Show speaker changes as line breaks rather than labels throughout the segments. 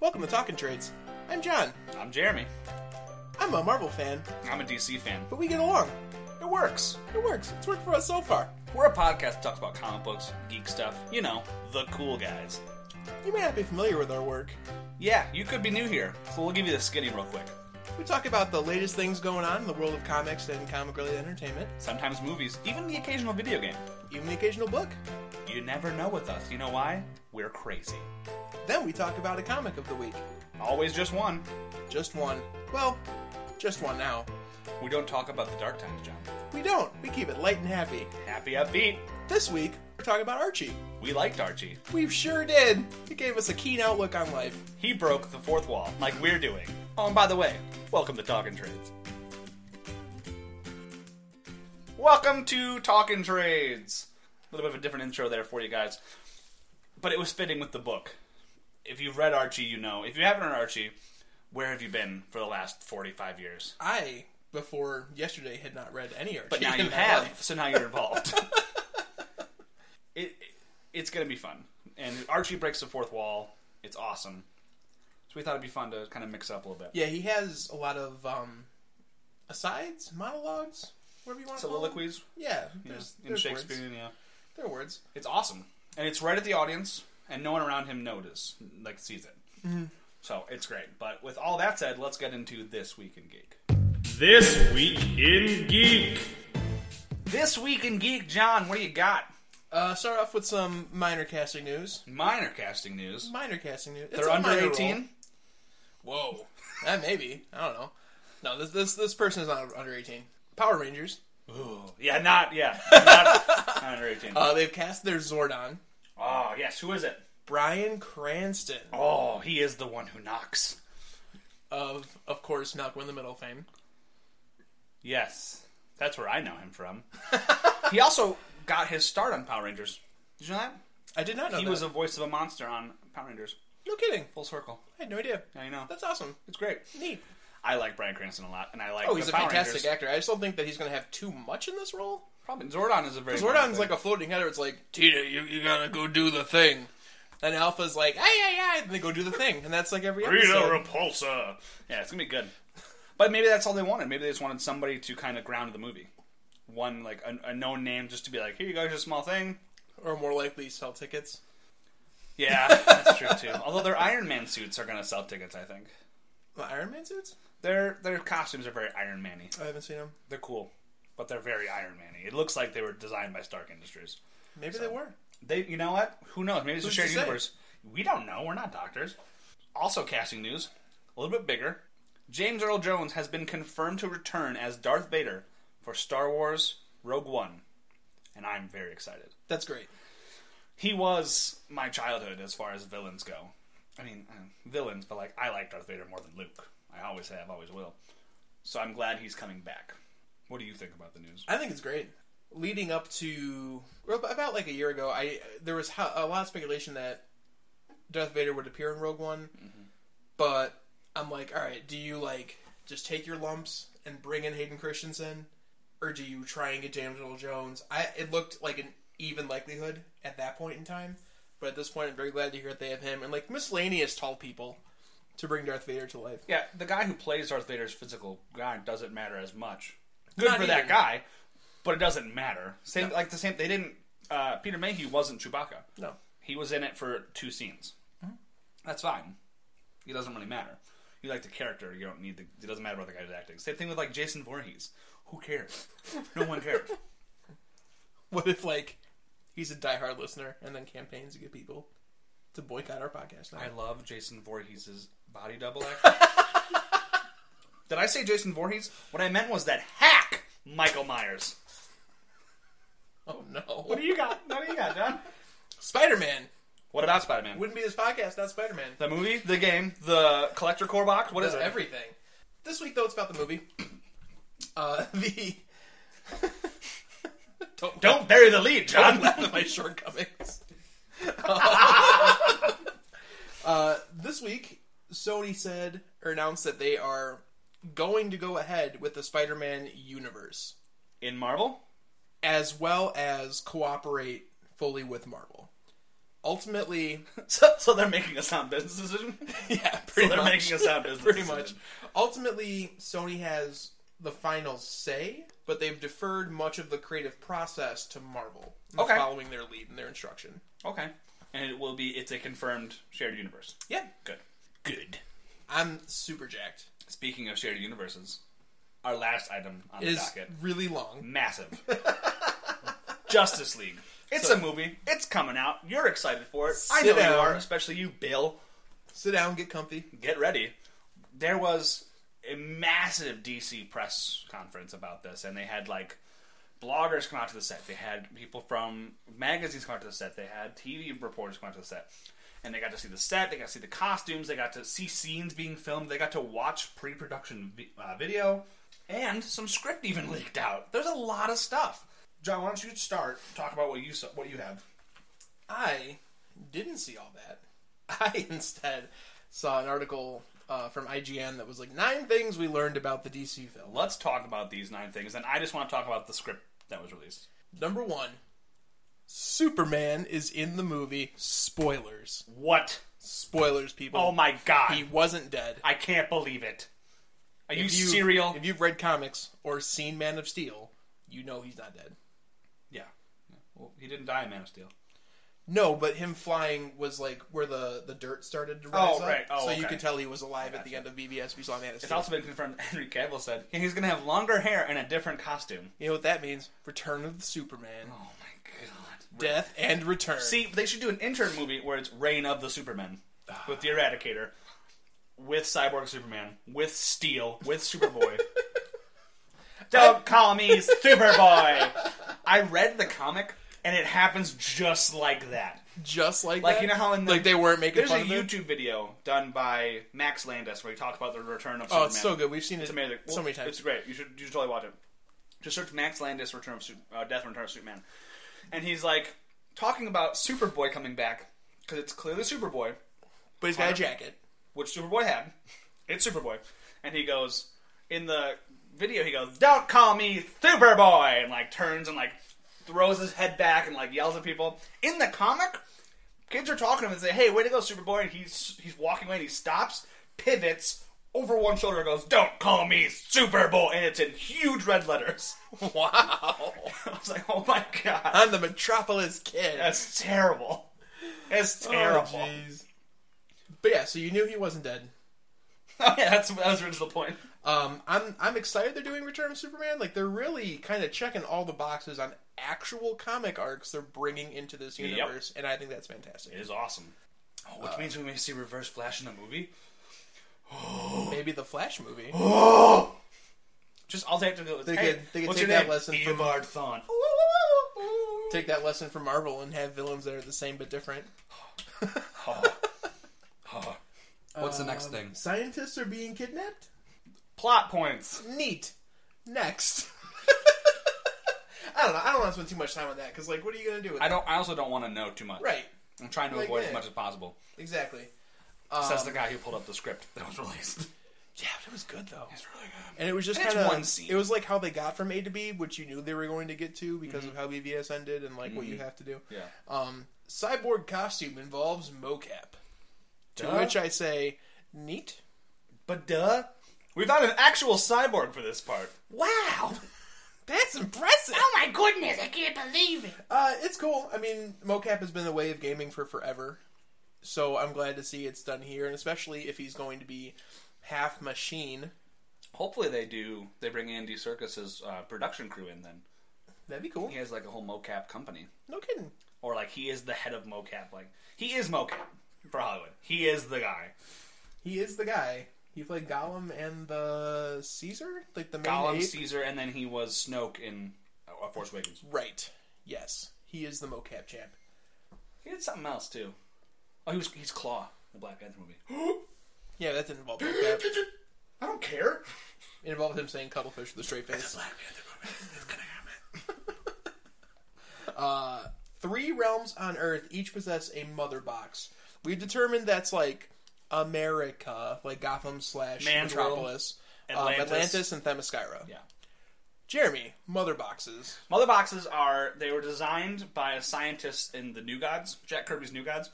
Welcome to Talking Trades. I'm John.
I'm Jeremy.
I'm a Marvel fan,
I'm a DC fan.
but we get along.
It works.
It works. It's worked for us so far.
We're a podcast that talks about comic books, geek stuff, you know, the cool guys.
You may not be familiar with our work.
Yeah, you could be new here, so we'll give you the skinny real quick.
We talk about the latest things going on in the world of comics and comic related entertainment,
Sometimes movies, even the occasional video game.
even the occasional book.
You never know with us. You know why? We're crazy.
Then we talk about a comic of the week.
Always just one.
Just one. Well, just one now.
We don't talk about the dark times, John.
We don't. We keep it light and happy.
Happy upbeat.
This week, we're talking about Archie.
We liked Archie.
We sure did. He gave us a keen outlook on life.
He broke the fourth wall, like we're doing. Oh, and by the way, welcome to Talking Trades. Welcome to Talking Trades. A little bit of a different intro there for you guys, but it was fitting with the book. If you've read Archie, you know. If you haven't read Archie, where have you been for the last 45 years?
I, before yesterday, had not read any Archie.
But now
in
you
my
have,
life.
so now you're involved. it, it- it's going to be fun. And Archie breaks the fourth wall. It's awesome. So we thought it'd be fun to kind of mix it up a little bit.
Yeah, he has a lot of um, asides, monologues, whatever you want to call them.
soliloquies
Yeah,
yeah,
there's,
in
there's
Shakespeare.
Words.
Yeah,
There are words.
it's awesome, and it's right at the audience, and no one around him notices, like sees it. So it's great. But with all that said, let's get into this week in geek.
This Week in Geek.
This week in geek, John, what do you got?
Uh, start off with some minor casting news.
Minor casting news.
Minor casting news. It's
They're
a
under
minor role.
eighteen.
Whoa, that maybe. I don't know. No, this this this person is not under eighteen. Power Rangers.
Ooh, yeah, not yeah, not under eighteen.
Uh, they've cast their Zordon,
oh yes, who is it?
Brian Cranston
Oh, he is the one who knocks.
of of course Malcolm in the Middle fame.
Yes, that's where I know him from. he also got his start on Power Rangers. Did you know Oh, that?
I did not know
He
that.
was a voice of a monster on Power Rangers.
no kidding.
Full circle.
I had no idea.
I know.
That's awesome.
It's great.
Neat.
I like Brian Cranston a lot, and I like.
Oh, he's
the
a
Power
fantastic
Rangers.
actor. I just don't think that he's going to have too much in this role.
Probably Zordon is a very.
Zordon's like a floating header. It's like Tina, you, you gotta go do the thing, and Alpha's like, ay ay ay, and they go do the thing, and that's like every episode.
Repulsa. Yeah, it's gonna be good. But maybe that's all they wanted. Maybe they just wanted somebody to kind of ground the movie. One like a, a known name, just to be like, here you go, here's a small thing.
Or more likely, sell tickets.
Yeah, that's true too. Although their Iron Man suits are gonna sell tickets, I think.
The Iron Man suits?
Their their costumes are very Iron Man-y.
I haven't seen them.
They're cool, but they're very Iron Man-y. It looks like they were designed by Stark Industries.
Maybe they were.
They, you know what? Who knows? Maybe it's
Who's
a shared
to say?
universe. We don't know. We're not doctors. Also, casting news, a little bit bigger. James Earl Jones has been confirmed to return as Darth Vader for Star Wars Rogue One, and I'm very excited.
That's great.
He was my childhood as far as villains go. I mean, uh, villains, but like I like Darth Vader more than Luke. I always have, always will. So I'm glad he's coming back. What do you think about the news?
I think it's great. Leading up to well, about like a year ago, I there was ho- a lot of speculation that Darth Vader would appear in Rogue One, but I'm like, all right, do you like just take your lumps and bring in Hayden Christensen, or do you try and get James Earl Jones? I it looked like an even likelihood at that point in time, but at this point, I'm very glad to hear that they have him and like miscellaneous tall people to bring Darth Vader to life.
Yeah, the guy who plays Darth Vader's physical guy doesn't matter as much. Good
Not
for that
even.
guy, but it doesn't matter. Same like the same. They didn't. Uh, Peter Mayhew wasn't Chewbacca.
No, Mm-hmm.
He was in it for two scenes. That's fine. It doesn't really matter. You like the character. You don't need the. It doesn't matter about the guy's acting. Same thing with like Jason Voorhees. Who cares? No one cares.
What if like he's a diehard listener and then campaigns to get people to boycott our podcast? Now?
I love Jason Voorhees' body double act. Did I say Jason Voorhees? What I meant was that hack Michael Myers.
oh no,
What do you got? What do you got, John?
Spider Man
What about Spider Man?
wouldn't be this podcast without Spider Man.
The movie, the game, the collector core box. What is
Does
it?
everything. This week though, it's about the movie. Uh, the don't
Don't bury the lead, John.
don't laugh at my shortcomings. uh, this week, Sony said or announced that they are going to go ahead with the Spider Man universe.
In Marvel,
as well as cooperate fully with Marvel. ultimately,
So, so they're making a sound business decision.
yeah,
so
pretty
they're
much,
making a sound business.
pretty
decision.
much. Ultimately, Sony has the final say, but they've deferred much of the creative process to Marvel,
Okay.
following their lead and their instruction.
Okay. And it will be. It's a confirmed shared universe.
Yeah,
Good. Good.
I'm super jacked.
Speaking of shared universes, our last item on the
It is
docket.
really
Mm-hmm.
long.
Massive. Justice League. It's
So-
a movie. It's coming out. You're excited for it. I know
Sit
you
down.
are, especially you, Bill.
Sit down, get comfy.
Get ready. There was a massive DC press conference about this, and they had like bloggers come out to the set. They had people from magazines come out to the set. They had TV reporters come out to the set. And they got to see the set. They got to see the costumes. They got to see scenes being filmed. They got to watch pre production vi- uh, video. And some script even leaked out. There's a lot of stuff. John, why don't you start? Talk about what you saw, what you have.
I didn't see all that. I instead saw an article uh, from IGN that was like nine things we learned about the DC film.
Let's talk about these nine things. And I just want to talk about the script that was released.
Number one, Superman is in the movie. Spoilers.
What?
Spoilers, people.
Oh my god.
He wasn't dead.
I can't believe it. Are you,
If you-
serial?
If you've read comics or seen Man of Steel, you know he's not dead.
yeah. Well, he didn't die in Man of Steel.
No, but him flying was like where the, the dirt started to rise up.
right. Oh,
so you
okay.
could tell he was alive at the end of BBS. We saw Man of
It's
Steel.
also been confirmed that Henry Cavill said "Yeah, he's going to have longer hair and a different costume.
you know what that means? Return of the Superman.
Oh my god.
Death and return.
See, they should do an intern movie where it's Reign of the Superman with the Eradicator, with Cyborg Superman, with Steel, with Superboy. Don't call me Superboy. I read the comic and it happens just like that.
just like
Like
that?
you know how in the,
like they weren't making
There's
fun
a
of him?
YouTube video done by Max Landis where he talked about the return of
Oh,
Superman.
it's so good. We've seen
It's
it
amazing.
so
Well,
many times.
It's great. You should you should totally watch it. Just search Max Landis return of Su- uh, Death and Return of Superman, and he's like talking about Superboy coming back because it's clearly Superboy,
but he's got a jacket.
which Superboy had. It's Superboy, and he goes in the video. He goes, "Don't call me Superboy," and like turns and like throws his head back and like yells at people. In the comic, kids are talking to him and say, "Hey, way to go, Superboy!" And he's he's walking away and he stops, pivots over one shoulder, and goes, "Don't call me Superboy," and it's in huge red letters.
Wow.
I was like, "Oh my god,
I'm the Metropolis kid.
that's terrible! That's terrible!"
Oh, jeez. but yeah, so you knew he wasn't dead.
Oh, yeah, that's that was the original point.
Um, I'm I'm excited they're doing Return of Superman. Like they're really kind of checking all the boxes on actual comic arcs they're bringing into this universe, and I think that's fantastic.
It is awesome. Oh, which means we may see Reverse Flash in a movie.
Maybe the Flash movie.
Just all they have to do is
They
hey,
could- they could
what's
take
your
that
name?
lesson from-
Eobard Thawne.
Take that lesson from Marvel and have villains that are the same but different.
What's the next thing?
Scientists are being kidnapped.
Uh, Plot points.
Neat. Next. I don't know. I don't want to spend too much time on that because, like, what are you gonna do with
I
that?
don't. I also don't want to know too much.
Right.
I'm trying to
Like
avoid as
that. Um,
much as possible.
Exactly.
Says the guy who pulled up the script that was released.
Yeah, but it was good though.
It's really good.
And it was just
And it's
kind of
one scene.
It was like how they got from A to B, which you knew they were going to get to because of how BVS ended and like what you have to do.
Mm-hmm. Yeah.
Um, cyborg costume involves mocap, to
Duh.
which I say, neat.
But duh, we found an actual cyborg for this part.
Wow, that's impressive.
Oh my goodness, I can't believe it.
Uh, it's cool. I mean, mocap has been the way of gaming for forever, so I'm glad to see it's done here, and especially if he's going to be half machine,
Hopefully they do. They bring Andy Circus's uh, production crew in. Then
that'd be cool.
he has like a whole mocap company,
No kidding.
or like he is the head of mocap. Like he is mocap for Hollywood. He is the guy.
He is the guy. He played Gollum and the Caesar, like the main
Gollum,
ape?
Caesar, and then he was Snoke in uh, Force Awakens.
Right. Yes. He is the mocap champ.
He did something else too. Oh, he was he's Claw in the Black Panther movie.
Yeah, that didn't involve mocap. It
I don't care.
involved him saying cuttlefish with a straight face.
Black Panther movie. It's gonna happen.
Uh, Three realms on Earth each possess a mother box. We've determined that's like America, like Gotham slash
Man's
Metropolis, um,
Atlantis.
Atlantis. and Themyscira.
Yeah.
Jeremy, mother boxes.
Mother boxes are they were designed by a scientist in the New Gods, Jack Kirby's New Gods.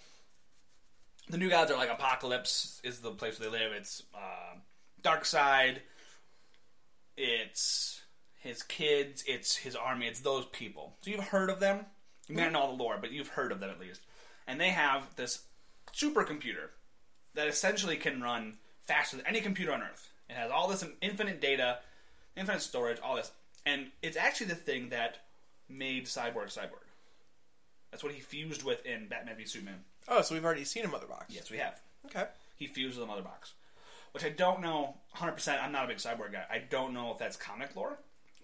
The New Gods are like Apocalypse is the place where they live. It's uh, Dark Side. It's his kids. It's his army. It's those people. So you've heard of them. You may not know all the lore, but you've heard of them at least. And they have this supercomputer that essentially can run faster than any computer on Earth. It has all this infinite data, infinite storage, all this. And it's actually the thing that made Cyborg Cyborg. That's what he fused with in Batman v Superman.
Oh, so we've already seen a mother box.
Yes, we have.
Okay.
He fused with the Mother Box. Which I don't know 100%. I'm not a big Cyborg guy. I don't know if that's comic lore,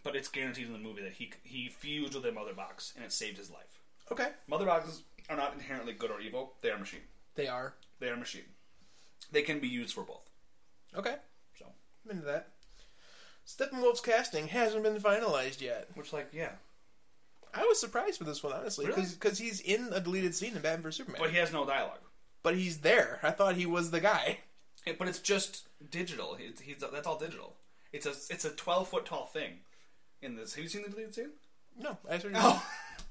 but it's guaranteed in the movie that he, he fused with the Mother Box and it saved his life.
Okay.
Mother Boxes are not inherently good or evil, they are a machine.
They are.
They are a machine. They can be used for both.
Okay.
So,
I'm into that. Steppenwolf's casting hasn't been finalized yet.
which, like, yeah.
I was surprised with this one, honestly,
Really?
because he's in a deleted scene in Batman vs Superman,
But he has no dialogue.
but he's there. I thought he was the guy.
It- but it's just digital. He, he's, that's all digital. It's a it's a twelve foot tall thing. In this, have you seen the deleted scene?
No, I sort
Oh.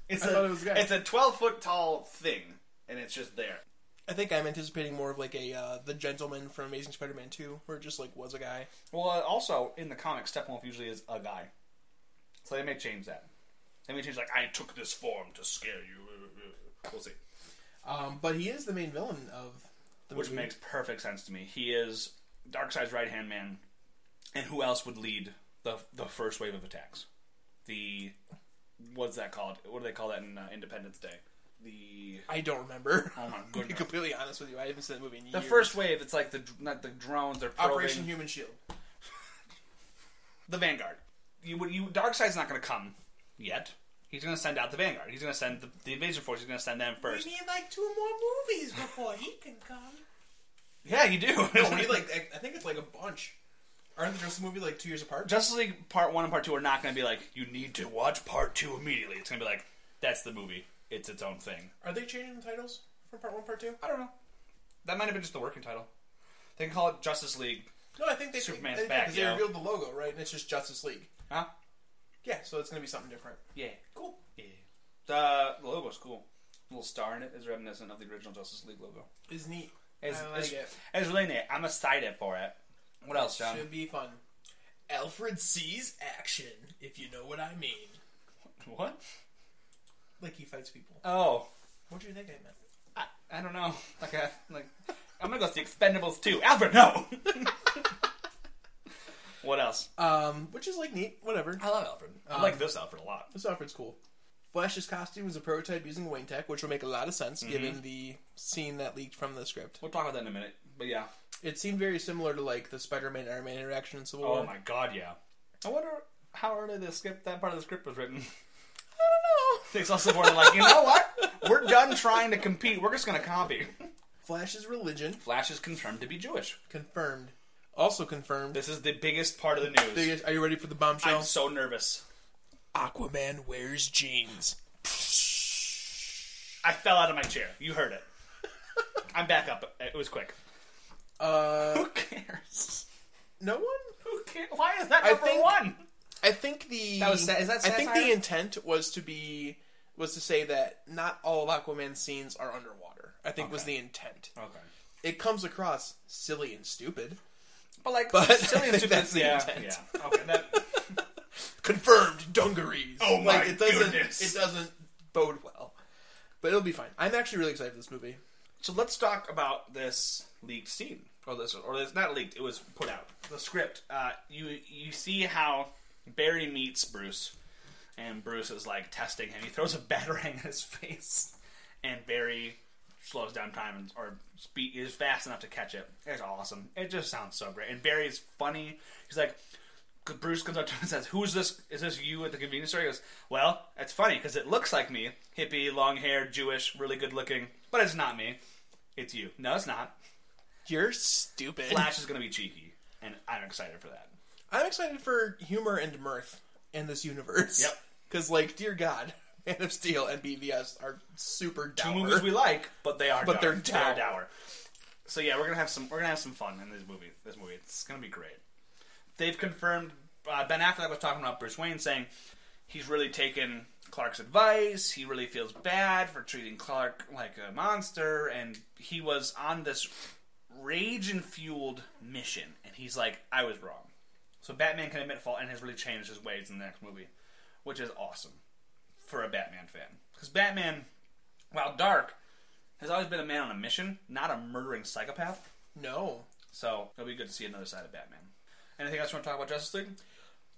it's
I
a
thought it was a guy.
it's a twelve foot tall thing, and it's just there.
I think I'm anticipating more of like a uh, the gentleman from Amazing Spider-Man Two, where it just like was a guy.
Well, uh, also in the comics, Steppenwolf usually is a guy, so they may change that. They may change like I took this form to scare you. We'll see.
Um, but he is the main villain of the
Which
movie.
makes perfect sense to me. He is Darkseid's right hand man, and who else would lead the the first wave of attacks? The what's that called? What do they call that in uh, Independence Day? The
I don't remember.
oh my
to be
goodness.
completely honest with you, I haven't seen that movie in
The
years.
first wave, it's like the dr- not the drones. They're probing.
Operation Human Shield.
the Vanguard. You would you Darkseid's not going to come yet. He's going to send out the Vanguard. He's going to send the, the invasion force. He's going to send them first.
need like two more movies before he can come.
Yeah, you do.
No, we need like I- I think it's like a bunch. Aren't the Justice movie like two years apart?
Justice League Part One and Part Two are not going to be like you need to watch Part Two immediately. It's going to be like that's the movie. It's its own thing.
Are they changing the titles from part one, part two?
I don't know. That might have been just the working title. They can call it Justice League.
No, I think they
Superman's
they,
back,
because they
yo.
revealed the logo, right? And it's just Justice League.
Huh?
Yeah, so it's gonna be something different.
Yeah.
Cool.
Yeah. The, the logo's cool. little star in it is reminiscent of the original Justice League logo.
Is neat.
It's,
I like
it's,
it.
it's really neat. I'm excited for it. What else, John?
Should be fun. Alfred sees action, if you know what I mean.
What?
Like he fights people.
Oh,
What do you think I meant?
I, I don't know. Like, I, like I'm gonna go see Expendables too. Alfred, no. what else?
Um, which is like neat. Whatever. Um,
I love Alfred. I like this Alfred a lot.
This Alfred's cool. Flash's costume was a prototype using Wayne Tech, which would make a lot of sense
Mm-hmm.
given the scene that leaked from the script.
We'll talk about that in a minute. But yeah.
It seemed very similar to like the Spider-Man Iron Man interaction in Civil War.
Oh my God, yeah. I wonder how early the script that part of the script was written.
I don't know.
It's also more like you know what? We're done trying to compete. We're just gonna copy.
Flash's religion
Flash is confirmed to be Jewish.
confirmed. Also confirmed.
This is the biggest part of the news.
Biggest- Are you ready for the bombshell?
I'm so nervous.
Aquaman wears jeans.
I fell out of my chair. You heard it. I'm back up. It was quick.
Uh,
Who cares?
no one.
Who cares? Why is that
I
number
think-
one?
I think the
That was sa- is that
I think the
satire?
intent was to be was to say that not all of Aquaman's scenes are underwater. I think was
Okay.
the intent.
Okay.
It comes across silly and stupid.
But like,
But
silly
I
and
think
stupid.
that's the
yeah,
intent.
yeah. Okay. That,
Confirmed dungarees.
Oh my
it doesn't,
goodness.
It doesn't bode well. But it'll be fine. I'm actually really excited for this movie.
so let's talk about this leaked scene, or this, or this not leaked. It was put out. The script. Uh, you you see how Barry meets Bruce, and Bruce is like testing him. He throws a batarang in his face, and Barry slows down time and, or speed is fast enough to catch it. It's awesome. It just sounds so great. And Barry's funny. He's like. Bruce comes up to him and says, "Who's this? Is this you at the convenience store?" He goes, "Well, it's funny because it looks like me, hippie, long-haired, Jewish, really good-looking, but it's not me. It's you. No, it's not.
You're stupid.
Flash is going to be cheeky, and I'm excited for that.
I'm excited for humor and mirth in this universe.
Yep.
Because, like, dear God, Man of Steel and BVS are super dour.
Two movies we like, but they are
But
dour.
they're
They
dour.
are dour. So yeah, we're gonna have some we're gonna have some fun in this movie. This movie, it's gonna be great. They've confirmed uh, Ben Affleck was talking about Bruce Wayne, saying he's really taken Clark's advice. He really feels bad for treating Clark like a monster, and he was on this rage fueled mission. And he's like, I was wrong. So Batman can admit fault and has really changed his ways in the next movie, which is awesome for a Batman fan. Because Batman, while dark, has always been a man on a mission, not a murdering psychopath.
No.
So it'll be good to see another side of Batman. Anything else you want to talk about Justice League?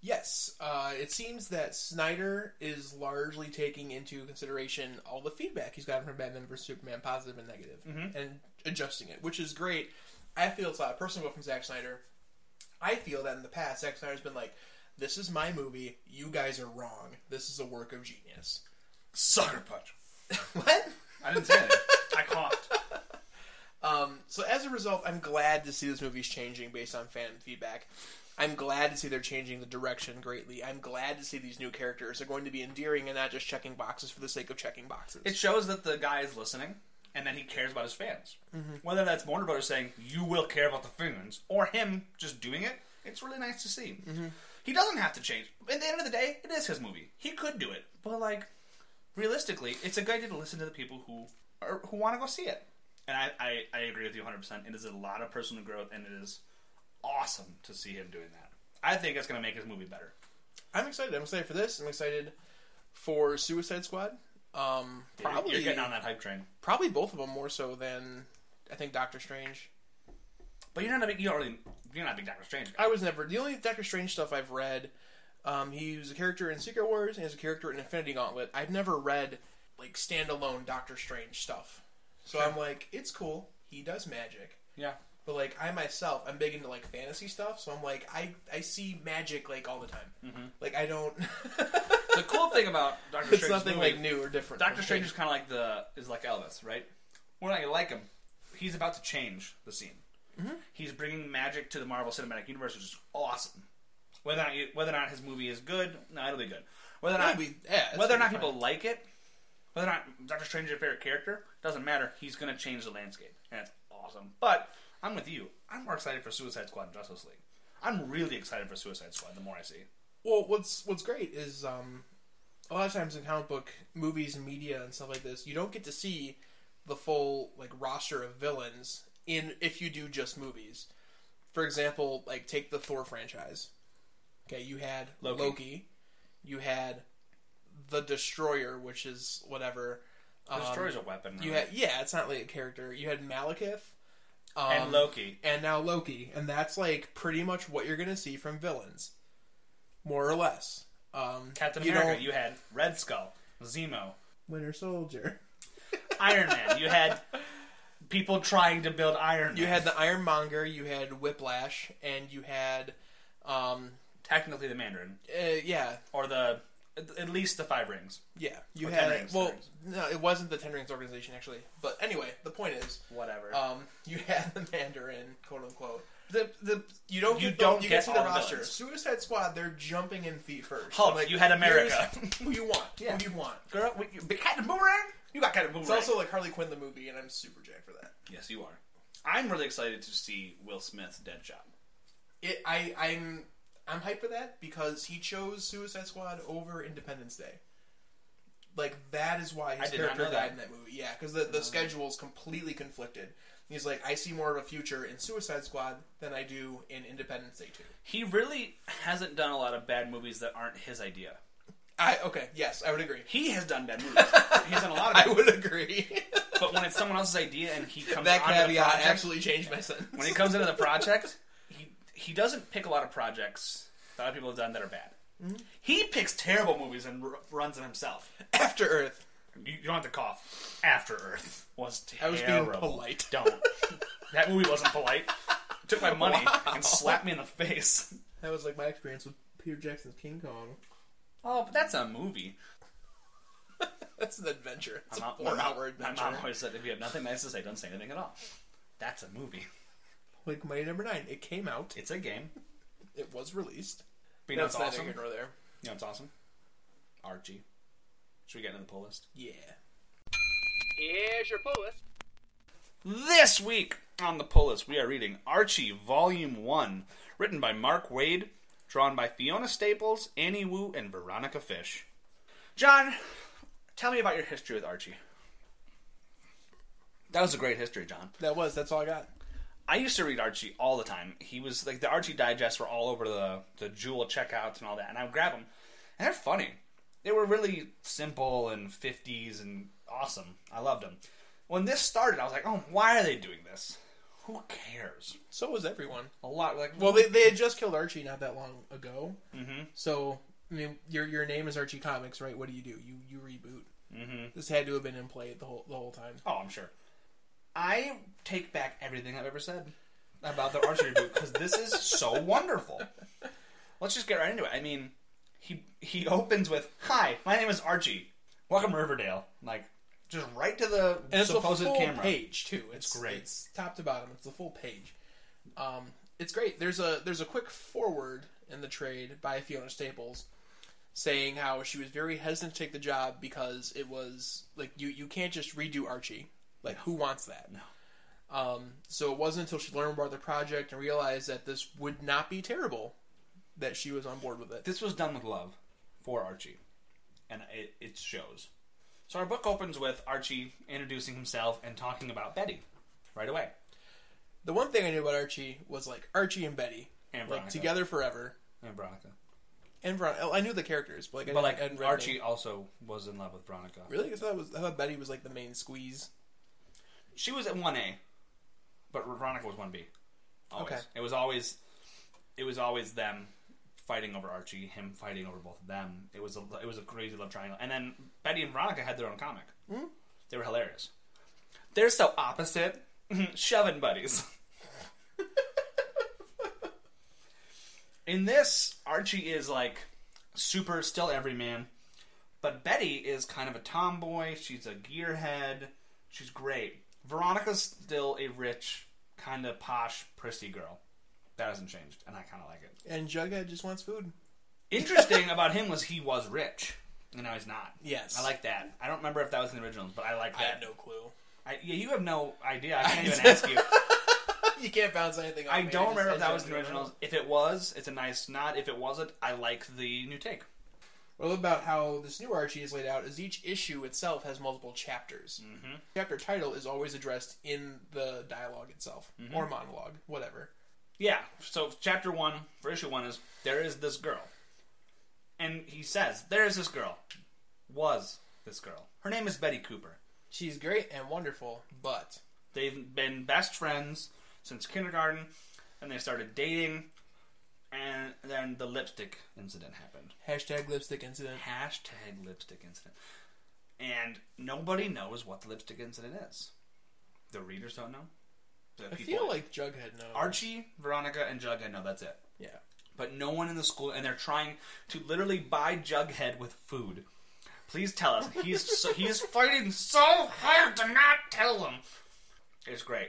Yes, uh, it seems that Snyder is largely taking into consideration all the feedback he's gotten from Batman vs Superman, positive and negative,
Mm-hmm.
and adjusting it, which is great. I feel it's a lot of personal growth from Zack Snyder. I feel that in the past, Zack Snyder's been like, "This is my movie. You guys are wrong. This is a work of genius."
Sucker punch.
what?
I didn't say anything. I coughed.
So as a result, I'm glad to see this movie's changing based on fan feedback. I'm glad to see they're changing the direction greatly. I'm glad to see these new characters are going to be endearing and not just checking boxes for the sake of checking boxes.
It shows that the guy is listening and that he cares about his fans. Whether that's Warner Brothers saying, you will care about the fans, or him just doing it, it's really nice to see. He doesn't have to change. At the end of the day, it is his movie. He could do it. But, like, realistically, it's a good idea to listen to the people who are, who want to go see it. And I, I, I agree with you 100%. It is a lot of personal growth, and it is awesome to see him doing that. I think it's going to make his movie better.
I'm excited. I'm excited for this. I'm excited for Suicide Squad. Um,
You're-
probably,
You're getting on that hype train.
probably both of them more so than I think Doctor Strange.
But you're not a big, you don't really, you're not a big Doctor Strange guy.
I was never the only Doctor Strange stuff I've read. Um, he was a character in Secret Wars and he was a character in Infinity Gauntlet. I've never read like standalone Doctor Strange stuff, so I'm like, it's cool. He does magic,
Yeah.
but like I myself, I'm big into like fantasy stuff, so I'm like, I I see magic like all the time.
Mm-hmm.
Like I don't.
The cool thing about Doctor
it's
Strange's
nothing
movie,
like new or different.
Doctor
from
Strange is kind of like the is like Elvis, right? We're not gonna like him. He's about to change the scene.
Mm-hmm.
He's bringing magic to the Marvel Cinematic Universe, which is awesome. Whether or not you, whether or not his movie is good, no, it'll be good. Whether or
It'll
not
be- yeah, it's
whether or
gonna
not
be
people
fine.
like it, whether or not Doctor Strange is your favorite character, doesn't matter. He's gonna change the landscape, and it's awesome. But I'm with you. I'm more excited for Suicide Squad and Justice League. I'm really excited for Suicide Squad. The more I see,
Well, what's what's great is um, a lot of times in comic book movies and media and stuff like this, you don't get to see the full like roster of villains in if you do just movies. For example, like take the Thor franchise. Okay, you had
Loki.
Loki, you had the Destroyer, which is whatever.
the
Um,
story's a weapon.
you
really.
had yeah, it's not really a character. You had Malekith. Um,
and Loki.
and now Loki, and that's like pretty much what you're gonna see from villains, more or less. Um,
Captain
you
America,
don't-
you had Red Skull, Zemo,
Winter Soldier.
Iron Man. You had people trying to build Iron Man.
You had the Ironmonger, you had Whiplash, and you had, um,
technically the Mandarin,
uh, yeah,
or the at at least the Five Rings.
yeah, you
Or Ten
had
Rings,
well,
Ten Rings.
no, it wasn't the Ten Rings organization actually, but anyway, the point is,
Whatever.
um, you had the Mandarin, quote unquote.
the the
You don't
You
get
don't
the, you get,
get
to the
all the
roster.
villains.
Suicide Squad, they're jumping in feet first.
Hulk,
I'm
you had America.
here's Who you want?
Yeah.
Who do you want?
girl, wait, you, but Captain Boomerang. You got Captain Boomerang.
It's also like Harley Quinn the movie, and I'm super jacked for that.
yes, you are. I'm really excited to see Will Smith's Deadshot.
it, I, I'm I'm hyped for that because he chose Suicide Squad over Independence Day. Like that is why his
did not
character died
know that. Uh-huh.
in that movie. Yeah, because the the schedule's completely conflicted. He's like, I see more of a future in Suicide Squad than I do in Independence Day Two.
He really hasn't done a lot of bad movies that aren't his idea.
I okay, yes, I would agree.
He has done bad movies. He's done a lot of bad
I would agree.
But when it's someone else's idea and he comes
that
onto the
caveat
project-
actually changed my sentence.
when he comes into the project, he he doesn't pick a lot of projects that other people have done that are bad. He picks terrible movies and r- runs them himself.
After Earth,
You, you don't have to cough. After Earth was
I
terrible.
was being polite.
Don't. that movie wasn't polite. Took my money and slapped me in the face.
that was like my experience with Peter Jackson's King Kong.
Oh, but that's a movie.
That's an adventure. It's
My
a
mom- my mom-
four-hour adventure.
My mom always said, if you have nothing nice to say, don't say anything at all. That's a movie.
Like my number nine, it came out.
It's a game.
It was released.
But you know, it's
That's
awesome.
neither
You
here nor there.
know, it's awesome. Archie. Should we get into the pull list?
Yeah. Here's your pull list.
This week on the pull list, we are reading Archie Volume 1, written by Mark Wade, drawn by Fiona Staples, Annie Wu, and Veronica Fish. John, tell me about your history with Archie. That was a great history, John.
That was. That's all I got.
I used to read Archie all the time. He was like the Archie digests were all over the the Jewel checkouts and all that, and I would grab them, and they're funny. They were really simple and fifties and awesome. I loved them. When this started, I was like, "Oh, why are they doing this? Who cares?"
So was everyone.
A lot like,
Well, they, they had just killed Archie not that long ago. Mm-hmm. So, I mean, your your name is Archie Comics, right? What do you do? You you reboot. Mm-hmm. This had to have been in play the whole the whole time.
oh, I'm sure." I take back everything I've ever said about the Archie reboot because this is so wonderful. Let's just get right into it. I mean, he he opens with, "Hi, my name is Archie. Welcome to Riverdale." Like, just right to the
And it's
supposed
a full
camera.
page too. It's,
great.
It's top to bottom. It's the full page. Um, it's great. There's a there's a quick forward in the trade by Fiona Staples saying how she was very hesitant to take the job because it was like you you can't just redo Archie. Like who wants that? No. Um, so it wasn't until she learned about the project and realized that this would not be terrible that she was on board with it.
This was done with love for Archie, and it, it shows. So our book opens with Archie introducing himself and talking about Betty right away.
The one thing I knew about Archie was like Archie and Betty,
And
like
Veronica.
together forever.
And Veronica.
And Veronica, I knew the characters, but like, I
But
didn't-
like
I hadn't read
Archie
them.
also was in love with Veronica.
Really? I thought, it was, I thought Betty was like the main squeeze.
She was at one A, but Veronica was one B. Always.
Okay.
It was always it was always them fighting over Archie, him fighting over both of them. It was a it was a crazy love triangle. And then Betty and Veronica had their own comic. They were hilarious. They're so opposite, shoving buddies. In this, Archie is like super still everyman, but Betty is kind of a tomboy. She's a gearhead. She's great. Veronica's still a rich, kind of posh, prissy girl. That hasn't changed, and I kind of like it.
And Jughead just wants food.
Interesting about him was he was rich, and now he's not.
Yes.
I like that. I don't remember if that was in the originals, but I like
I
that.
had no clue.
I- yeah, you have no idea. I can't even ask you.
You can't bounce anything off
I
me.
don't
just
remember if
said
that was in the
Jughead.
originals. If it was, it's a nice nod. If it wasn't, I like the new take.
What I love about how this new Archie is laid out is each issue itself has multiple chapters. Mm-hmm. Chapter title is always addressed in the dialogue itself
Mm-hmm.
or monologue, whatever.
Yeah. So chapter one for issue one is there is this girl, and he says there is this girl, was this girl. Her name is Betty Cooper.
She's great and wonderful, but
They've been best friends since kindergarten, and they started dating, and then the lipstick incident happened.
hashtag lipstick incident.
Hashtag lipstick incident. And nobody knows what the lipstick incident is. The readers don't know. The
I feel like Jughead knows.
Archie, Veronica, and Jughead know that's it.
yeah.
but no one in the school, and they're trying to literally buy Jughead with food. Please tell us. He's so, he's fighting so hard to not tell them. It's great.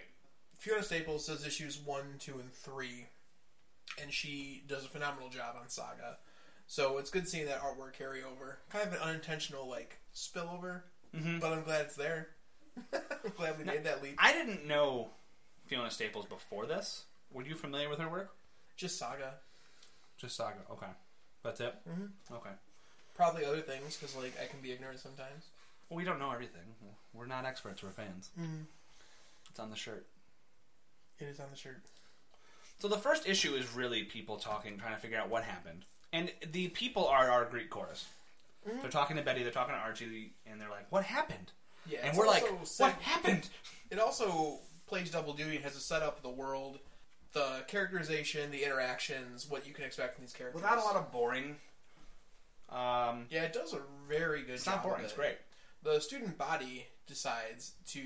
Fiona Staples does issues one, two, and three, and she does a phenomenal job on Saga. So it's good seeing that artwork carry over. Kind of an unintentional like spillover,
Mm-hmm.
but I'm glad it's there. I'm glad we made that leap.
I didn't know Fiona Staples before this. Were you familiar with her work?
Just Saga,
Just Saga. Okay, that's it. Mm-hmm. Okay.
probably other things because like I can be ignorant sometimes.
Well, we don't know everything. We're not experts. We're fans. Mm-hmm. It's on the shirt.
It is on the shirt.
So the first issue is really people talking, trying to figure out what happened. And the people are our Greek chorus. They're talking to Betty, they're talking to Archie, and they're like, "What happened?"
Yeah,
and
it's
we're like,
also
"What
set-
happened?"
It also plays double duty and has a setup of the world, the characterization, the interactions, what you can expect from these characters.
Without a lot of boring. Um,
yeah, it does a very good.
it's
job
not boring.
of
It's
it.
great.
the student body decides to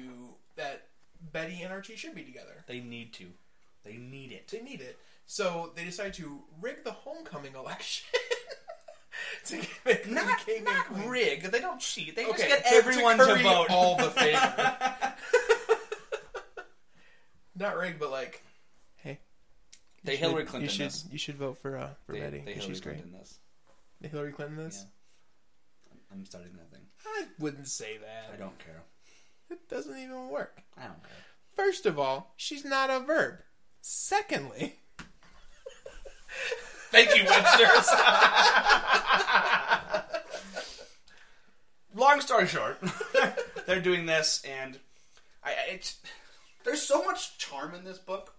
that Betty and Archie should be together.
They need to. They need it.
They need it, so they decide to rig the homecoming election to get make the
Not
king and
not
queen.
rig. They don't cheat. They just
Okay,
get
to-
everyone to,
curry
vote.
all the favor. not rig, but like hey,
they Hillary Clinton. this.
you should vote for uh for
They, they Hillary Clinton. This.
The Hillary Clinton
Yeah.
this.
I'm starting that thing.
I wouldn't say
I
that.
don't care.
It doesn't even work.
I don't care.
First of all, she's not a verb. Secondly,
Thank you, Webster's. Long story short, they're doing this, and I, I- it's there's so much charm in this book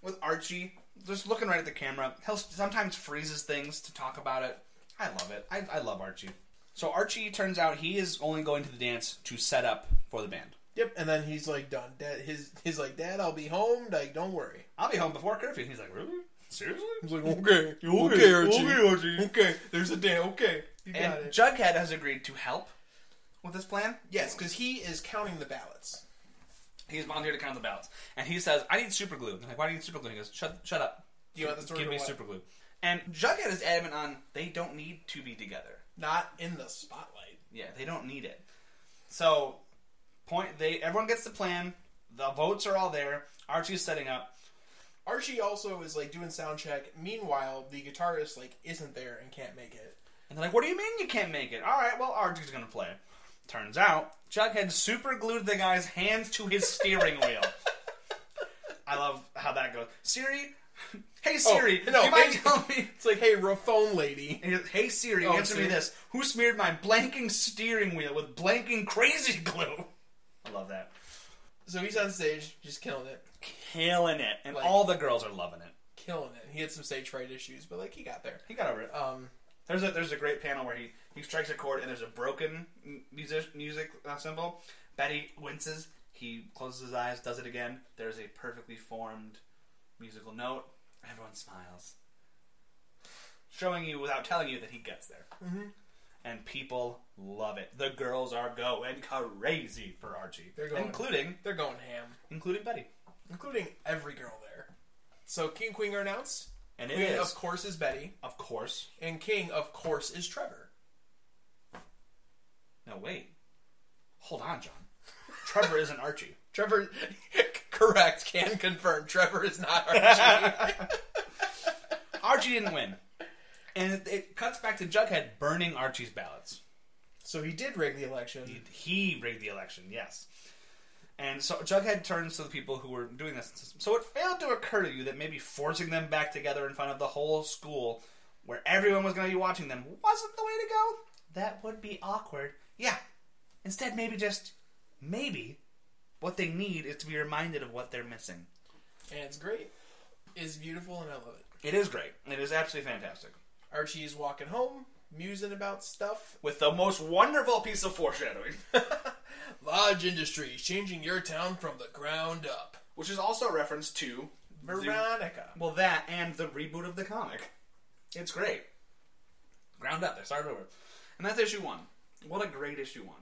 with Archie just looking right at the camera. He'll sometimes freezes things to talk about it. I love it. I, I love Archie. So Archie turns out he is only going to the dance to set up for the band.
Yep, and then he's like, "Done." Dad, his he's like, "Dad, I'll be home. Like, don't worry."
I'll be home before curfew. And he's like, really? Seriously?
He's like, "Oh, "Okay, okay,
okay, Archie.
okay, There's a day. Okay, you got
And
it."
Jughead has agreed to help with this plan.
yes, because he is counting the ballots.
He's volunteered to count the ballots. And he says, I need super glue. And I'm like, why do you need super glue? He goes, shut, shut up.
Do you want the story?
Give
or
me
what?
super glue. And Jughead is adamant on they don't need to be together.
Not in the spotlight.
Yeah, they don't need it. So, point they everyone gets the plan. The votes are all there. Archie's setting up.
Archie also is like doing sound check. Meanwhile, the guitarist like isn't there and can't make it.
And they're like, what do you mean you can't make it? All right, well, Archie's going to play. Turns out, Jughead super glued the guy's hands to his steering wheel. I love how that goes. Siri? Hey, Siri,
Oh, no,
you might
hey-
tell me.
It's like, "Hey, ro- phone lady."
And he goes, Hey, Siri,
Oh,
answer me
Siri.
this. Who smeared my blanking steering wheel with blanking crazy glue? I love that.
So he's on stage, just killing it,
Killing it. And
Like-
all the girls are loving it.
killing it. He had some stage fright issues, but like he got there.
He got over it.
Um,
There's a there's a great panel where he, he strikes a chord and there's a broken m- music music uh, symbol. Betty winces. He closes his eyes, does it again. There's a perfectly formed musical note. Everyone smiles, showing you without telling you that he gets there. Mm-hmm. And people love it. The girls are going crazy for Archie,
They're going-
including
they're going ham,
including Betty.
including every girl there. So King and Queen are announced.
And it is
Queen, of course, is Betty,
of course.
and King, of course, is Trevor.
No wait, hold on, John. Trevor isn't Archie.
Trevor, correct, can confirm. Trevor is not Archie.
Archie didn't win. And it, it cuts back to Jughead burning Archie's ballots.
so he did rig the election.
He rigged the election, yes. And so Jughead turns to the people who were doing this. and says, So it failed to occur to you that maybe forcing them back together in front of the whole school, where everyone was going to be watching them, wasn't the way to go? That would be awkward. Yeah. Instead, maybe just, maybe, what they need is to be reminded of what they're missing.
And it's great. It's beautiful, and I love it.
It is great. It is absolutely fantastic.
Archie is walking home, musing about stuff.
With the most wonderful piece of foreshadowing.
Lodge Industries, changing your town from the ground up.
which is also a reference to
Veronica.
well that and the reboot of the comic. It's great. Ground up. They started over, and that's issue one. What a great issue one.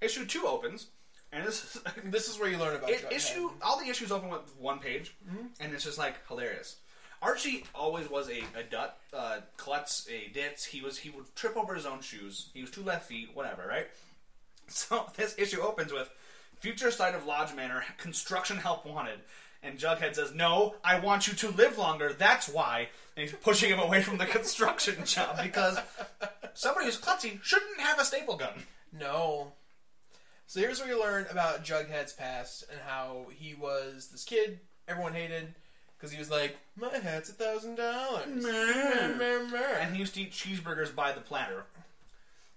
Issue two opens, and this is,
This is where you learn about
it,
Jughead.
issue. All the issues open with one page, and it's just like hilarious. Archie always was a, a dut, uh, klutz, a ditz. He was he would trip over his own shoes. He was two left feet, whatever, right? So this issue opens with future site of Lodge Manor, construction help wanted. And Jughead says, No, I want you to live longer, that's why. And he's pushing him away from the construction job because somebody who's klutzy shouldn't have a staple gun.
No. So here's where you learn about Jughead's past and how he was this kid everyone hated because he was like, my hat's a thousand dollars.
and he used to eat cheeseburgers by the platter.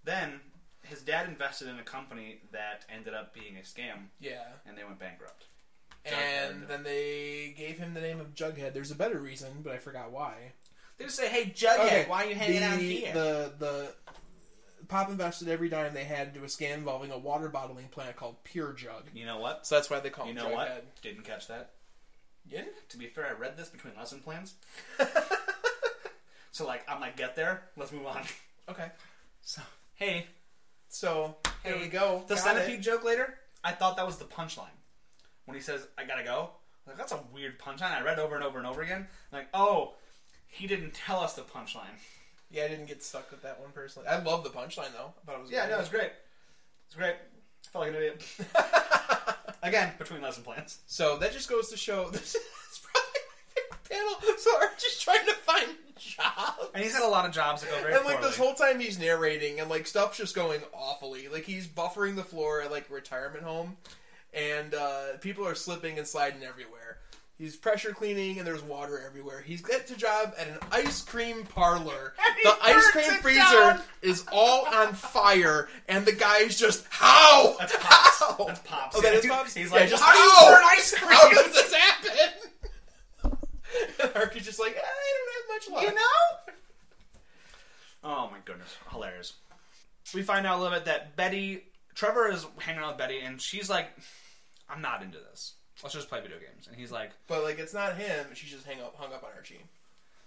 Then his dad invested in a company that ended up being a scam,
Yeah.
and they went bankrupt.
And then they gave him the name of Jughead. There's a better reason, but I forgot why.
They just say, "Hey, Jughead, why are you hanging
the,
out here?"
The the Pop invested every dime they had into a scam involving a water bottling plant called Pure Jug.
you know what?
So that's why they call
You
him
know
Jughead.
what? Didn't catch that.
Yeah.
To be fair, I read this between lesson plans. so like, I'm like, get there. Let's move on.
Okay.
So hey,
So there
Hey,
we go.
The
Got
centipede
it.
joke later, I thought that was the punchline. When he says, I gotta go, I was like, that's a weird punchline. I read over and over and over again. like, oh, he didn't tell us the punchline.
Yeah, I didn't get stuck with that one personally. I love the punchline though. I thought it was
Yeah,
great.
no, it's great. It's great. I felt like an idiot. again, between lesson plans.
So that just goes to show this is probably my favorite panel. So Archie's trying to find a job.
And he's had a lot of jobs that go very
And like this
poorly.
whole time he's narrating and like stuff's just going awfully. Like he's buffering the floor at like retirement home and uh people are slipping and sliding everywhere. He's He's pressure cleaning, and there's water everywhere. He's gets a job at an ice cream parlor.
And he
The ice
burns
cream
it
freezer
down.
is all on fire, and the guy's just how?
That's Pops.
How?
That's Pops.
Oh, that
Yeah,
is
dude,
pops.
he's like,
just
"How do you
how?
burn ice cream?"
How does this happen? and Arky's just like, I don't have much luck.
You know? Oh my goodness, hilarious. We find out a little bit that Betty, Trevor is hanging out with Betty, and she's like, "I'm not into this. Let's just play video games." And he's like,
But like, it's not him. She's just hang up, hung up on Archie.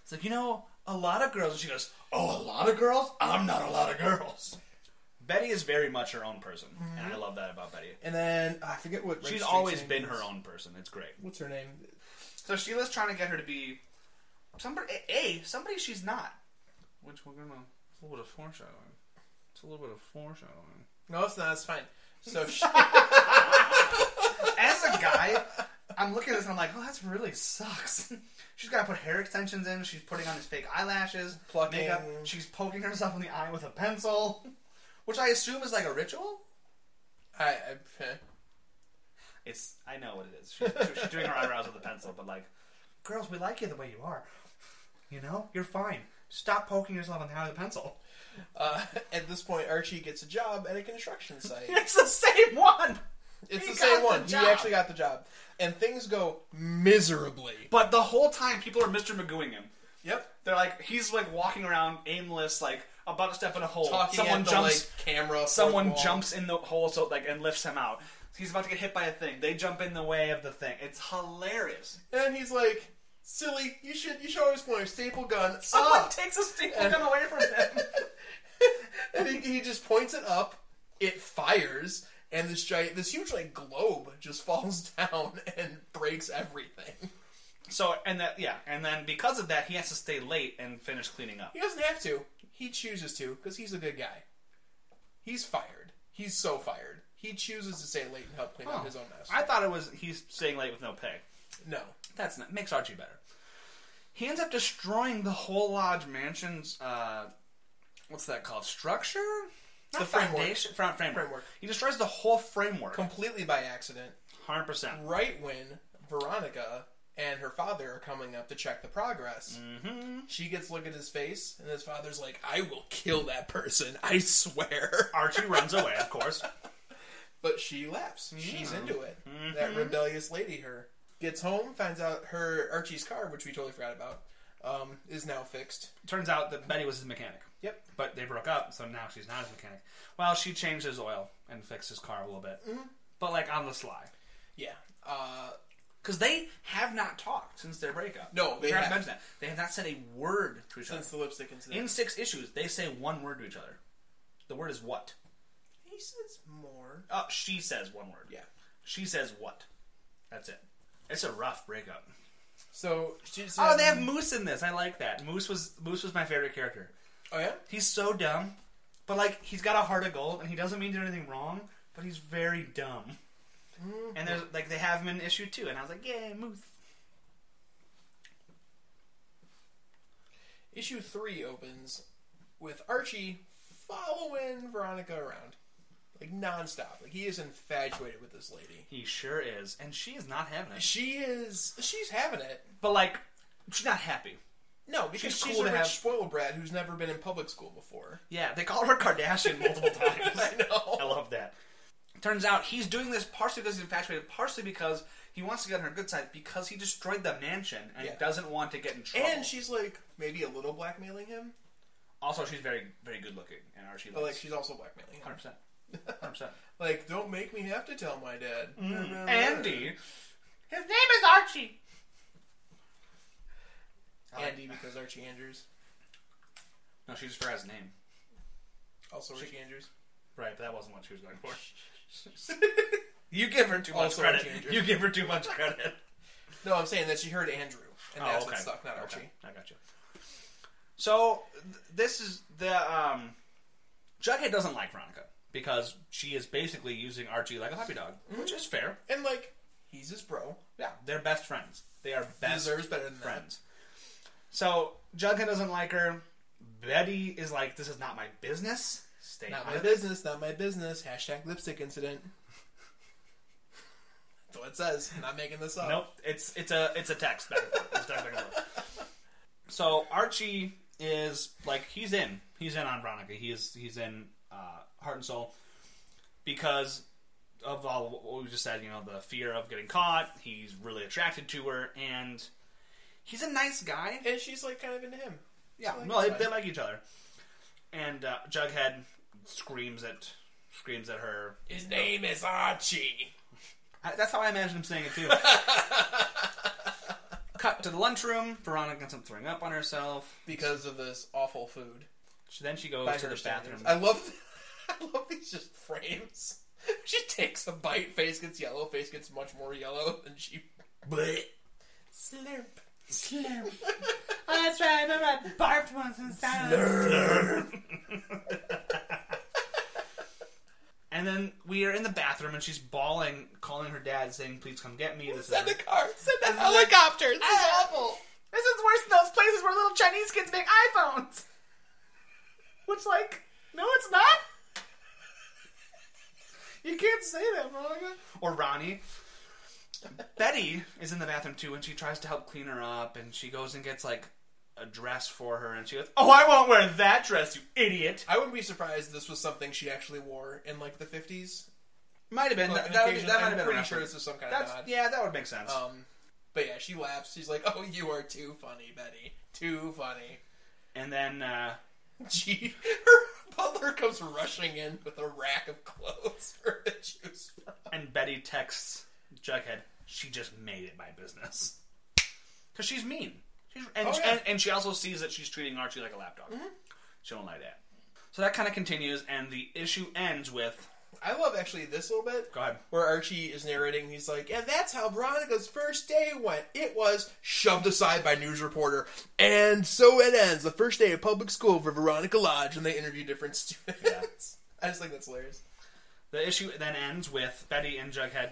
"It's like you know, a lot of girls." And she goes, "Oh, a lot of girls? I'm not a lot of girls." Betty is very much her own person, and I love that about Betty.
And then I forget what Red
She's
Street's
always
name
been
is.
her own person. It's great.
What's her name?
So Sheila's trying to get her to be somebody. A somebody she's not. Which we're gonna a little bit of foreshadowing. It's a little bit of foreshadowing.
No, it's not. It's fine. So she,
As a guy, I'm looking at this and I'm like, oh, that really sucks. She's got to put hair extensions in. She's putting on these fake eyelashes,
Plucking.
makeup. She's poking herself in the eye with a pencil, which I assume is like a ritual.
I, I
It's I know what it is. She's, she's doing her eyebrows with a pencil, but like, girls, we like you the way you are. You know, you're fine. Stop poking yourself in the eye with a pencil.
uh, at this point, Archie gets a job at a construction site.
It's the same one.
It's
He
the same
got
one.
the
he
job.
actually got the job, and things go miserably.
But the whole time, people are Mr. Magooing him.
Yep.
They're like, he's like walking around aimless, like about to step in a hole.
Talking
someone
at the,
jumps.
like, camera. fourth
someone
wall.
jumps in the hole, so like, and lifts him out. He's about to get hit by a thing. They jump in the way of the thing. It's hilarious.
and he's like, "Silly, you should you should always point a staple gun
Someone
up."
takes a staple gun away from him.
and he, he just points it up. It fires, and this giant, this huge like globe just falls down and breaks everything.
so and that yeah, and then because of that, he has to stay late and finish cleaning up.
He doesn't have to. He chooses to because he's a good guy. He's fired. He's so fired. He chooses to stay late and help clean
Oh.
up his own mess.
I thought it was he's staying late with no pay.
no.
That's not makes Archie better. He ends up destroying the whole lodge mansion's uh, what's that called structure? Not
The framework.
foundation- fra- framework.
Framework.
He destroys the whole framework.
Completely by accident.
Hundred percent.
Right when Veronica and her father are coming up to check the progress, mm-hmm. she gets a look at his face, and his father's like, I will kill that person. I swear.
Archie runs away, of course.
But she laughs. She's into it. That rebellious lady, her. Gets home, finds out her Archie's car, which we totally forgot about, um, is now fixed.
Turns out that Betty was his mechanic.
Yep.
But they broke up, so now she's not his mechanic. Well, she changed his oil and fixed his car a little bit, but like on the sly,
Yeah. Uh,
because they have not talked since their breakup.
No,
We
they
forgot to
haven't.
mention that. They have not said a word to each other.
since the lipstick incident.
In six issues, they say one word to each other. The word is what?
he says more.
Uh, she says one word.
Yeah.
She says what? That's it. It's a rough breakup.
So she's.
Oh, they have Moose in this. I like that. Moose was Moose was my favorite character.
Oh yeah.
He's so dumb, but like he's got a heart of gold, and he doesn't mean to do anything wrong, but he's very dumb. And there's like they have him in issue two, and I was like, yeah, Moose.
Issue three opens with Archie following Veronica around, like nonstop. Like he is infatuated with this lady.
He sure is, and she is not having it.
She is. She's having it.
But like, she's not happy.
No, because
She's
she's,
cool
a
to
rich
have-
spoiled brat who's never been in public school before.
Yeah, they call her Kardashian multiple times.
I know.
I love that. Turns out he's doing this partially because he's infatuated, partially because he wants to get on her good side because he destroyed the mansion and
Yeah.
doesn't want to get in trouble.
And she's like maybe a little blackmailing him,
also she's very very good looking and Archie
but like
likes
she's also blackmailing him.
hundred percent, hundred percent. Mm.
Like, don't make me have to tell my dad.
Andy,
His name is Archie.
Andy, because Archie Andrews,
no, she just forgot his name.
also Archie Andrews.
Right, but that wasn't what she was going for. you give her too much
Also
credit.
Archie Andrews.
You give her too much credit.
No, I'm saying that she heard Andrew, and that's what stuck, not
Oh, Okay,
Archie.
I got you. So th- this is the um, Jughead doesn't like Veronica because she is basically using Archie like a puppy dog, which
Mm-hmm.
is fair.
And like, he's his bro.
Yeah, they're best friends. They are best
Deserves better than that.
friends. So Jughead doesn't like her. Betty is like, "This is not my business. Stay
Not
out
my
of it."
business. Not my business. Hashtag lipstick incident. That's all what it says. I'm not making this up.
Nope. It's it's a it's a text back and forth. It's text back and forth. So Archie is like he's in. He's in on Veronica. He is he's in uh, Heart and Soul because of all what we just said, you know, the fear of getting caught, he's really attracted to her and he's a nice guy.
And she's like kind of into him.
Yeah,
like
no, they,
that.
they like each other. And uh, Jughead screams at screams at her.
His name is Archie.
I, that's how I imagine him saying it too. Cut to the lunchroom. Veronica ends up throwing up on herself.
Because of this awful food.
She, then she goes
By Oh,
to
her
the
standards.
bathroom.
I love I love these just frames. She takes a bite, face gets yellow, face gets much more yellow, and she bleh. Slurp.
Slurp. Oh, that's right. I remember I barfed once in silence.
and then we are in the bathroom, and she's bawling, calling her dad, saying, "Please come get me." This is
Send the car. Send the
like-
helicopter. This is
Ah.
awful.
This is worse than those places where little Chinese kids make iPhones. Which, like, no, it's not. You can't say that, Veronica.
or Ronnie. Betty is in the bathroom too, and she tries to help clean her up, and she goes and gets like a dress for her, and she goes, "Oh, I won't wear that dress, you idiot."
I wouldn't be surprised this was something she actually wore in like the fifties.
Might have been that. That, would- that might
I'm
have been a
pretty
reference.
sure this was some kind
That's
of nod.
yeah, that would make sense.
Um, but yeah, she laughs. She's like, "Oh, you are too funny, Betty. Too funny."
and then uh,
Gee, her butler comes rushing in with a rack of clothes for the juice.
and Betty texts Jughead, "She just made it my business," because she's mean. She's, and,
Oh, yeah. Mm-hmm.
and and she also sees that she's treating Archie like a lapdog. She don't like that. So that kind of continues, and the issue ends with
I love actually this little bit
go ahead.
where Archie is narrating. He's like, "And that's how Veronica's first day went. It was shoved aside by news reporter, and so it ends. The first day of public school for Veronica Lodge, and they interview different students." I just think that's hilarious.
The issue then ends with Betty and Jughead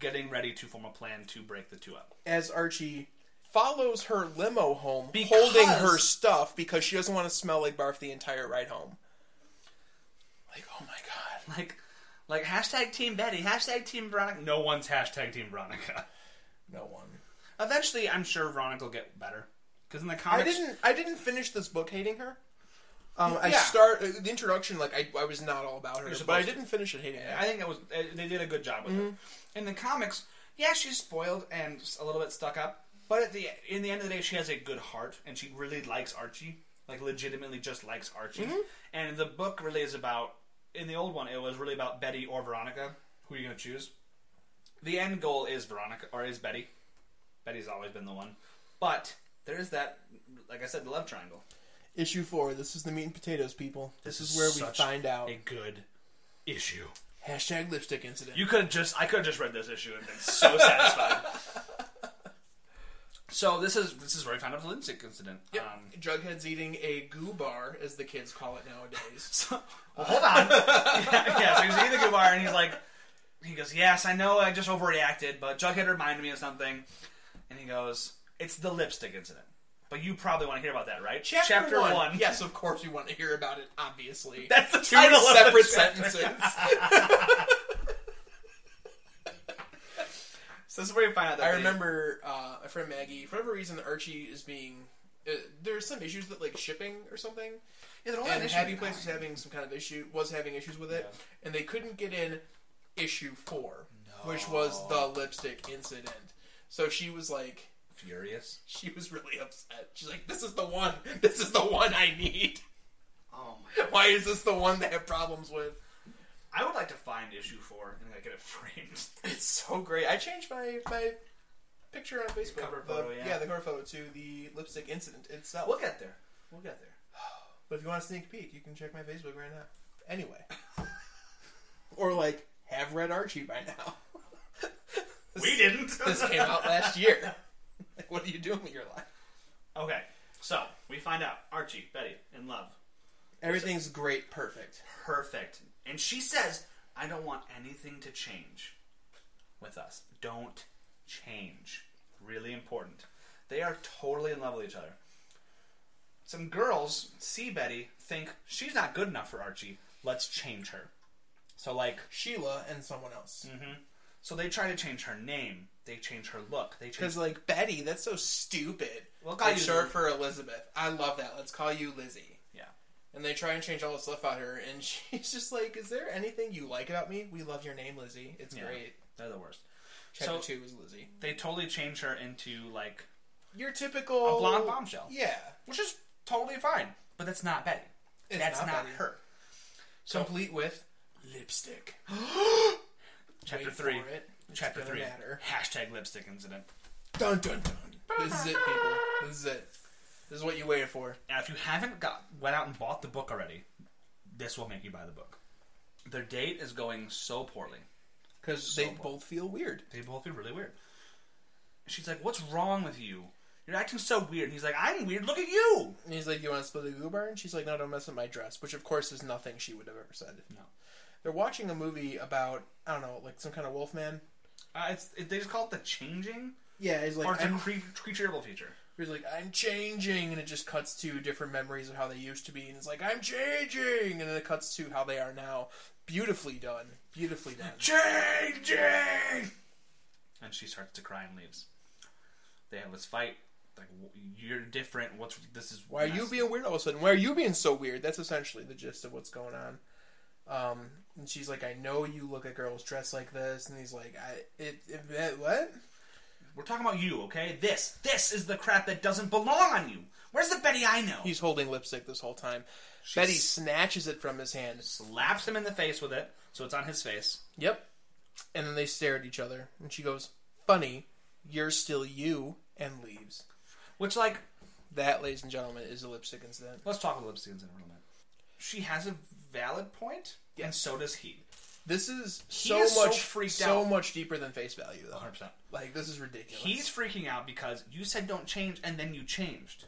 getting ready to form a plan to break the two up.
as Archie follows her limo home,
Because-
holding her stuff because she doesn't want to smell like barf the entire ride home. Like, oh my god!
Like, like hashtag Team Betty, hashtag Team Veronica. No one's hashtag Team Veronica.
No one.
Eventually, I'm sure Veronica will get better because in the
I
comics,
didn't. I didn't finish this book hating her. Um, I
Yeah.
start uh, the introduction like I, I was not all about her, but I
supposed to.
didn't finish it hating her.
I think that was uh, they did a good job with it. In the comics, yeah, she's spoiled and a little bit stuck up, but at the in the end of the day, she has a good heart and she really likes Archie, like legitimately just likes Archie. And the book really is about in the old one, it was really about Betty or Veronica. Who are you going to choose? The end goal is Veronica or is Betty. Betty's always been the one, but there is that, like I said, the love triangle.
Issue four. This is the meat and potatoes, people. This, is where we
such
find out.
A good issue.
Hashtag lipstick incident.
You could have just I could have just read this issue and been so satisfied. So this is this is where we found out the Lindsay incident.
Yep.
Um,
Jughead's eating a goo bar, as the kids call it nowadays.
so, well, hold on. yeah, so he's eating the good bar and he's like, he goes, "Yes, I know, I just overreacted, but Jughead reminded me of something." And he goes, "It's the lipstick incident." But you probably want to hear about that, right?
Yes, of course we want to hear about it. Obviously,
That's the
two
title of the
separate
chapter.
sentences.
So this is where you find out. That
I
they-
remember uh, a friend Maggie. For whatever reason, Archie is being uh, there's some issues that like shipping or something,
yeah, they're all
and
an issue.
Happy Place was having some kind of issue was having issues with it, and they couldn't get in issue four, which was the lipstick incident. So she was like,
furious.
she was really upset. She's like, this is the one. This is the one I need.
Oh my! God.
Why is this the one they have problems with?
I would like to find issue four and like, get it framed.
It's so great. I changed my my picture on Facebook.
cover
the-
photo, yeah.
the cover photo to the lipstick incident itself.
We'll get there. We'll get there.
But if you want a sneak peek, you can check my Facebook right now. Anyway, or like have read Archie by now.
We didn't.
This came out last year. Like, what are you doing with your life?
Okay, so we find out Archie, Betty, in love.
Everything's great, perfect.
Perfect. And she says, I don't want anything to change with us. Don't change. Really important. They are totally in love with each other. Some girls see Betty, think she's not good enough for Archie. Let's change her. So, like, Mm-hmm.
Sheila and someone else.
So they try to change her name. They change her look. They change.
Because like Betty, that's so stupid.
We'll call
Like,
you-
short for Elizabeth. I love that. Let's call you Lizzie.
Yeah.
And they try and change all the stuff about her, and she's just like, "Is there anything you like about me? We love your name, Lizzie. It's
Yeah.
great."
They're the worst.
Chapter
So-
two is Lizzie.
They totally change her into like,
Your typical
A blonde bombshell.
Yeah,
which is totally fine, but that's not Betty.
It's
that's not,
Betty.
her. So
Complete with lipstick.
chapter
Wait
three.
for it. It's
Chapter
gonna
three.
matter.
Hashtag lipstick incident.
Dun dun dun. This is it, people. This is it. This is what you waited for.
Now, if you haven't got went out and bought the book already, this will make you buy the book. Their date is going so poorly.
Because they both feel weird.
They both feel really weird. She's like, "What's wrong with you? You're acting so weird." And he's like, "I'm weird. Look at you."
And he's like, "You want to split the goo bar?" And she's like, "No, don't mess with my dress," which of course is nothing she would have ever said.
No.
They're watching a movie about I don't know, like some kind of wolf man.
Uh, it's it, they just call it the changing
Yeah, he's
or
like,
it's a
I'm,
cre- creatureable feature.
he's like, "I'm changing," and it just cuts to different memories of how they used to be, and it's like, "I'm changing," and then it cuts to how they are now. Beautifully done. Beautifully done.
Changing. And she starts to cry and leaves. They have this fight. Like w- you're different. What's this is
Why are you
nasty."
being weird all of a sudden? Why are you being so weird? That's essentially the gist of what's going on. Um, and she's like, I know you look at girls dressed like this, and he's like, I it, it, it what?
We're talking about you, okay? This this is the crap that doesn't belong on you. Where's the Betty I know?
He's holding lipstick this whole time. Betty snatches it from his hand.
slaps him in the face with it, so it's on his face.
Yep. And then they stare at each other, and she goes, "Funny, you're still you," and leaves.
Which, like,
That, ladies and gentlemen, is a lipstick incident.
let's talk about lipsticks in a moment. She has a valid point, and so does he.
This is so
is so
much
freaked
so
out.
much deeper than face value, though.
100%.
Like this is ridiculous.
He's freaking out because you said don't change, and then you changed.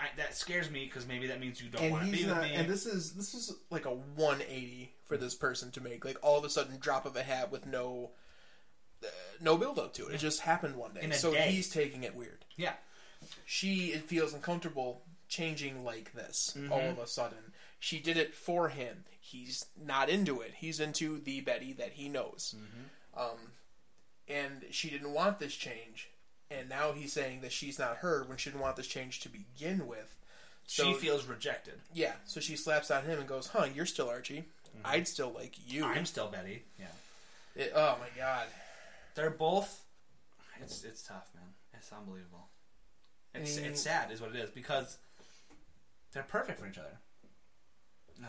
I, that scares me because maybe that means you don't
and
want to
he's
be
not,
with me.
and this is this is like a 180 for this person to make like all of a sudden drop of a hat with no uh, no build up to it it just happened one day
In a
so
day.
he's taking it weird
yeah,
she it feels uncomfortable changing like this all
Mm-hmm.
of a sudden she did it for him he's not into it he's into the betty that he knows
Mm-hmm.
um, and she didn't want this change and now he's saying that she's not her when she didn't want this change to begin with
she
so-
feels rejected.
yeah, so she slaps on him and goes, "Huh, you're still Archie. I'd still like you."
Mm-hmm. I'm still Betty. Yeah,
It- oh my god!
they're both. It's it's tough, man. It's unbelievable. It's
Mm.
it's sad, is what it is, because they're perfect for each other. Ugh.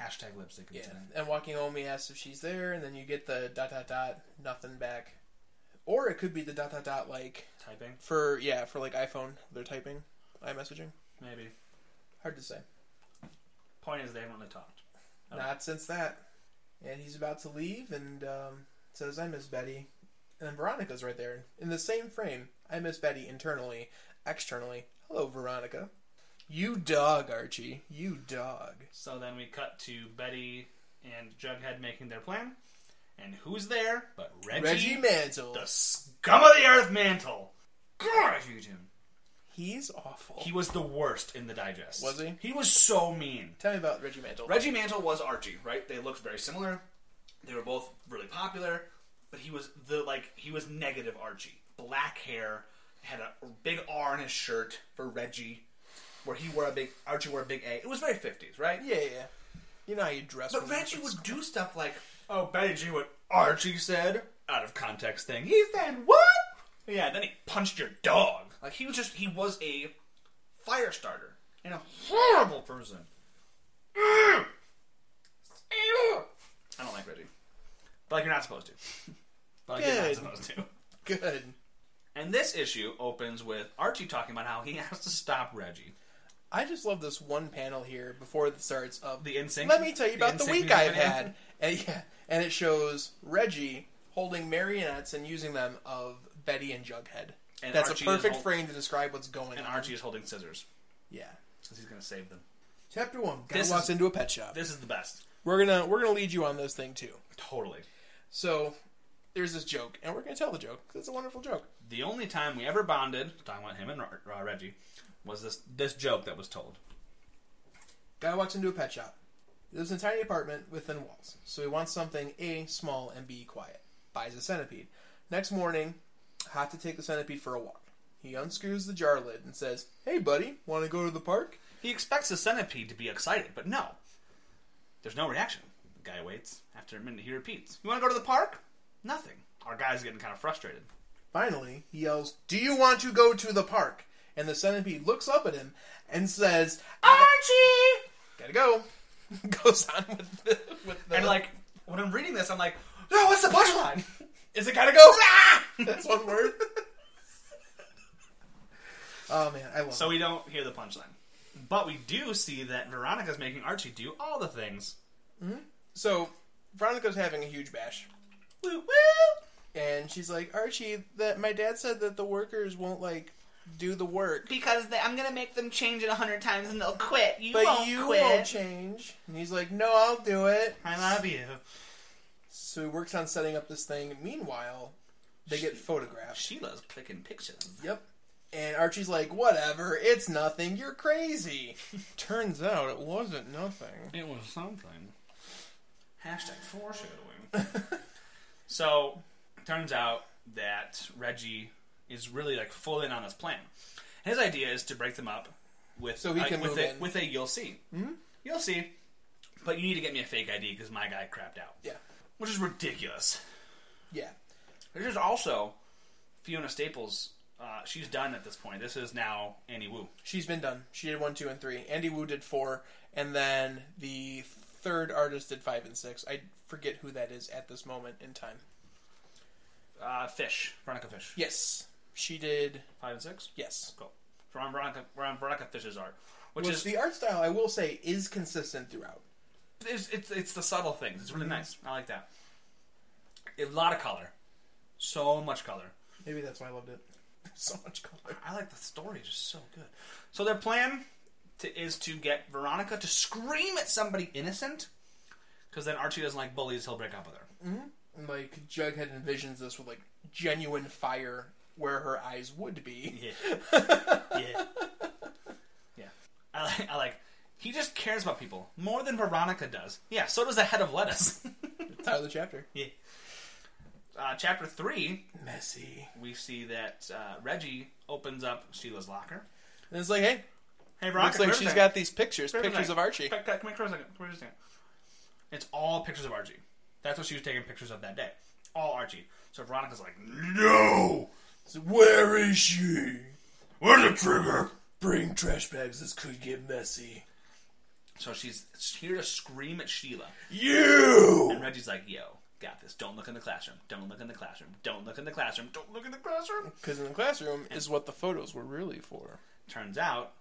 Hashtag lipstick
Yeah.
incident.
And walking home, he asks if she's there, and then you get the dot dot dot nothing back, or it could be the dot dot dot like
Typing,
for yeah for like iPhone they're typing, iMessaging.
maybe.
Hard to say.
Point is, they haven't really talked. Oh.
Not since that. And he's about to leave and um, says, I miss Betty. And then Veronica's right there in the same frame. I miss Betty internally, externally. Hello, Veronica. You dog, Archie. You dog.
So then we cut to Betty and Jughead making their plan, and who's there but Reggie,
Reggie Mantle.
the scum of the earth, Mantle. God, you two.
He's awful.
He was the worst in the digest.
Was he?
He was so mean.
Tell me about Reggie Mantle.
Reggie Mantle was Archie, right? They looked very similar. They were both really popular, but he was the like he was negative Archie. Black hair, had a big R on his shirt for Reggie, where he wore a big Archie wore a big A. It was very fifties, right?
yeah, yeah, yeah. You know how you dress.
But
when you're
Reggie
in
would
school.
do stuff like, "Oh, Betty G, what Archie said out of context thing." He said what? Yeah, then he punched your dog. Like he was just he was a fire starter and a horrible person. Mm. Ew. I don't like Reggie, but like you're not supposed to. But like, you're not
Good.
supposed to.
good.
And this issue opens with Archie talking about how he has to stop Reggie.
I just love this one panel here before it starts of
The NSYNC
Let me tell you
the
about the,
NSYNC
week
music
I've
video.
had, and yeah, and it shows Reggie holding marionettes and using them of Betty and Jughead.
And
That's
Archie
a
is
perfect
hol-
frame to describe what's going
And
on.
Archie is holding scissors
Yeah.
because he's going to save them.
Chapter one. Guy
This
walks
is-
into a pet shop.
This is the best.
We're gonna we're gonna lead you on this thing too.
Totally.
So there's this joke, and we're gonna tell the joke 'cause it's a wonderful joke.
the only time we ever bonded, talking about him and Ra- Ra- Reggie, was this this joke that was told.
Guy walks into a pet shop. lives in a tiny apartment with thin walls, so he wants something A, small, and B, quiet. Buys a centipede. Next morning, had to take the centipede for a walk. He unscrews the jar lid and says, Hey, buddy, want to go to the park?
He expects the centipede to be excited, but no. There's no reaction. The guy waits. After a minute, he repeats, You want to go to the park? Nothing. Our guy's getting kind of frustrated.
Finally, he yells, Do you want to go to the park? And the centipede looks up at him and says, Archie! Gotta go. Goes on with the. With the
And, like, when I'm reading this, I'm like, No, what's the punchline?
Is it gotta go? Ah! That's one word. oh man, I love
so
it.
we don't hear the punchline. But we do see that Veronica's making Archie do all the things.
So Veronica's having a huge bash,
Woo woo!
and she's like, Archie, that my dad said that the workers won't like do the work,
Because they, I'm gonna make them change it a hundred times and they'll quit. You
but
won't
you
quit.
won't change. And he's like, No, I'll do it.
I love you.
So he works on setting up this thing. Meanwhile, they get photographed.
Sheila's clicking pictures.
Yep. And Archie's like, Whatever, it's nothing. You're crazy. Turns out it wasn't nothing.
It was something. Hashtag foreshadowing. so, turns out that Reggie is really like full in on this plan. His idea is to break them up with
So he
uh,
can
with
move
a
in.
with a you'll see, mm-hmm. you'll see, but you need to get me a fake ID because my guy crapped out,
Yeah.
which is ridiculous.
Yeah.
There's also Fiona Staples. Uh, she's done at this point. This is now Annie Wu.
She's been done. She did one, two, and three. Andy Wu did four, and then the third artist did five and six. I forget who that is at this moment in time.
Uh, Fish, Veronica Fish.
Yes, she did.
Five and six.
Yes,
Cool. We're on Veronica, we're on Veronica Fisher's art, which
which
is
the art style I will say is consistent throughout.
it's, it's it's the subtle things. It's really nice. I like that. A lot of color, so much color.
Maybe that's why I loved it. so much color.
I like the story; it's just so good. So their plan to, is to get Veronica to scream at somebody innocent, because then Archie doesn't like bullies; he'll break up with her.
And, like Jughead envisions this with like genuine fire where her eyes would be.
Yeah. yeah. Yeah. I like, I like. He just cares about people more than Veronica does. Yeah, so does the head of lettuce.
Title of the chapter.
yeah. Uh, chapter three,
Messy.
we see that uh, Reggie opens up Sheila's locker.
And it's like, hey,
Hey,
looks
Veronica,
like
where's
she's
that?
got these pictures,
Where's
pictures
that?
of Archie.
Come come- come here for a second. Come here for a second. It's all pictures of Archie. That's what she was taking pictures of that day. All Archie. So Veronica's like, no.
So Where is she?
Where's the trigger?
Bring trash bags. This could get messy.
So she's here to scream at Sheila.
You!
And Reggie's like, yo, got this. Don't look in the classroom. Don't look in the classroom. Don't look in the classroom. Don't look in the classroom.
Because in the classroom is what the photos were really for.
Turns out,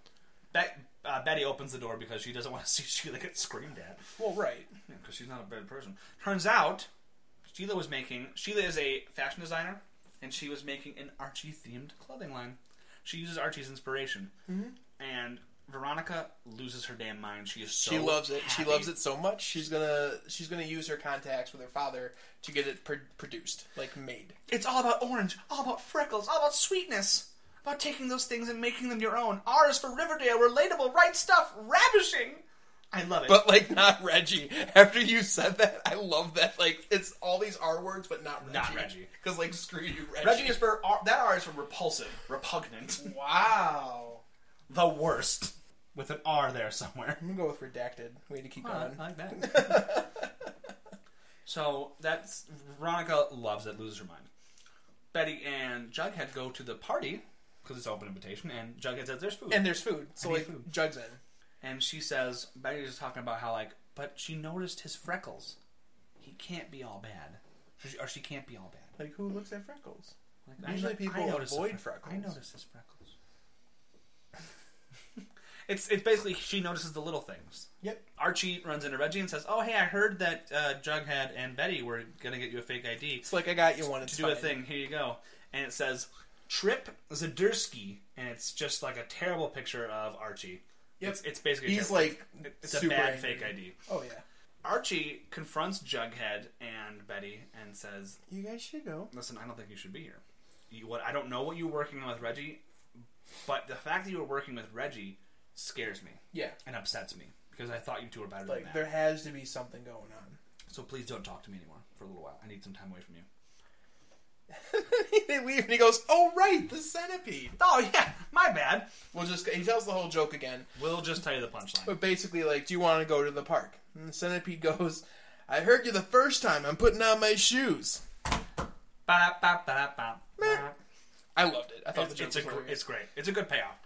Bet uh, Betty opens the door because she doesn't want to see Sheila get screamed at
Well, right.
because she's not a bad person. Turns out, Sheila was making. Sheila is a fashion designer, and she was making an Archie themed clothing line. She uses Archie's inspiration,
Mm-hmm.
and Veronica loses her damn mind. She is so
She loves it. She
happy.
loves it so much. She's gonna she's gonna use her contacts with her father to get it pr- produced, like made.
It's all about orange, all about freckles, all about sweetness, about taking those things and making them your own. R is for Riverdale, relatable, right stuff, ravishing. I love it.
But like not Reggie. After you said that, I love that. Like it's all these R words, but not Reggie.
Not Reggie.
Because like screw you, Reggie.
Reggie is for R, that R is for repulsive, repugnant,
wow.
the worst. With an R there somewhere.
I'm gonna go with redacted. We had to keep going.
like that. so that's Veronica loves it, loses her mind. Betty and Jughead go to the party because it's open invitation, and Jughead says there's food.
and there's food, so
need
like
food.
jugs in.
and she says Betty is talking about how like, but she noticed his freckles. He can't be all bad, or she, or she can't be all bad.
Like who looks at freckles?
Like,
Usually
no-
people
noticed the
avoid
fre-
freckles.
I notice his freckles. it's it's basically she notices the little things.
Yep.
Archie runs into Reggie and says, "Oh hey, I heard that uh, Jughead and Betty were gonna get you a fake ID
It's like I got you one. It's
to do a
fine.
thing. Here you go." And it says Trip Zadursky, and it's just like a terrible picture of Archie.
Yep.
It's, it's basically a
He's
terrible-
like
it's a
super
bad
angry.
fake ID.
Oh yeah.
Archie confronts Jughead and Betty and says,
You guys should go.
"Listen, I don't think you should be here. You, what I don't know what you're working on with Reggie, but the fact that you were working with Reggie scares me
Yeah.
and upsets me. because I thought you two were better
Like
than
there
that.
has to be something going on.
So please don't talk to me anymore for a little while. I need some time away from you.
they leave and he goes, "Oh right, the centipede."
Oh yeah, my bad.
We'll just he tells the whole joke again,
We'll just tell you the punchline.
but basically like, "Do you want to go to the park?" And the centipede goes, "I heard you the first time. I'm putting on my shoes."
Ba, ba, ba, ba, ba.
I loved it. I thought
It's,
the joke
it's a
was
gr-
hilarious.
it's great. It's a good payoff.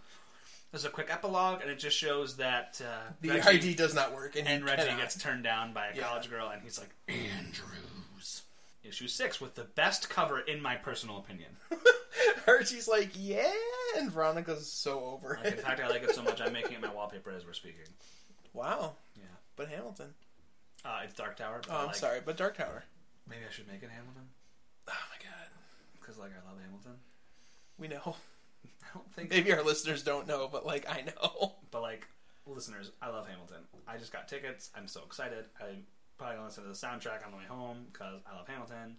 There's a quick epilogue, and it just shows that uh,
the
Reggie-
ID does not work, and,
and
you
Reggie
cannot.
gets turned down by a
Yeah.
college girl, and he's like, Andrews. Issue six with the best cover, in my personal opinion.
Archie's like, "Yeah," and Veronica's so over
Like, in
it.
fact, I like it so much I'm making it my wallpaper as we're speaking.
Wow.
Yeah,
But Hamilton.
uh, it's Dark Tower. but,
Oh, I'm
like,
sorry, but Dark Tower.
Maybe I should make it Hamilton
Oh my god.
because like I love Hamilton.
We know.
I don't think,
Maybe our listeners don't know, but like I know.
but like listeners, I love Hamilton. I just got tickets. I'm so excited. I'm probably gonna listen to the soundtrack on the way home because I love Hamilton.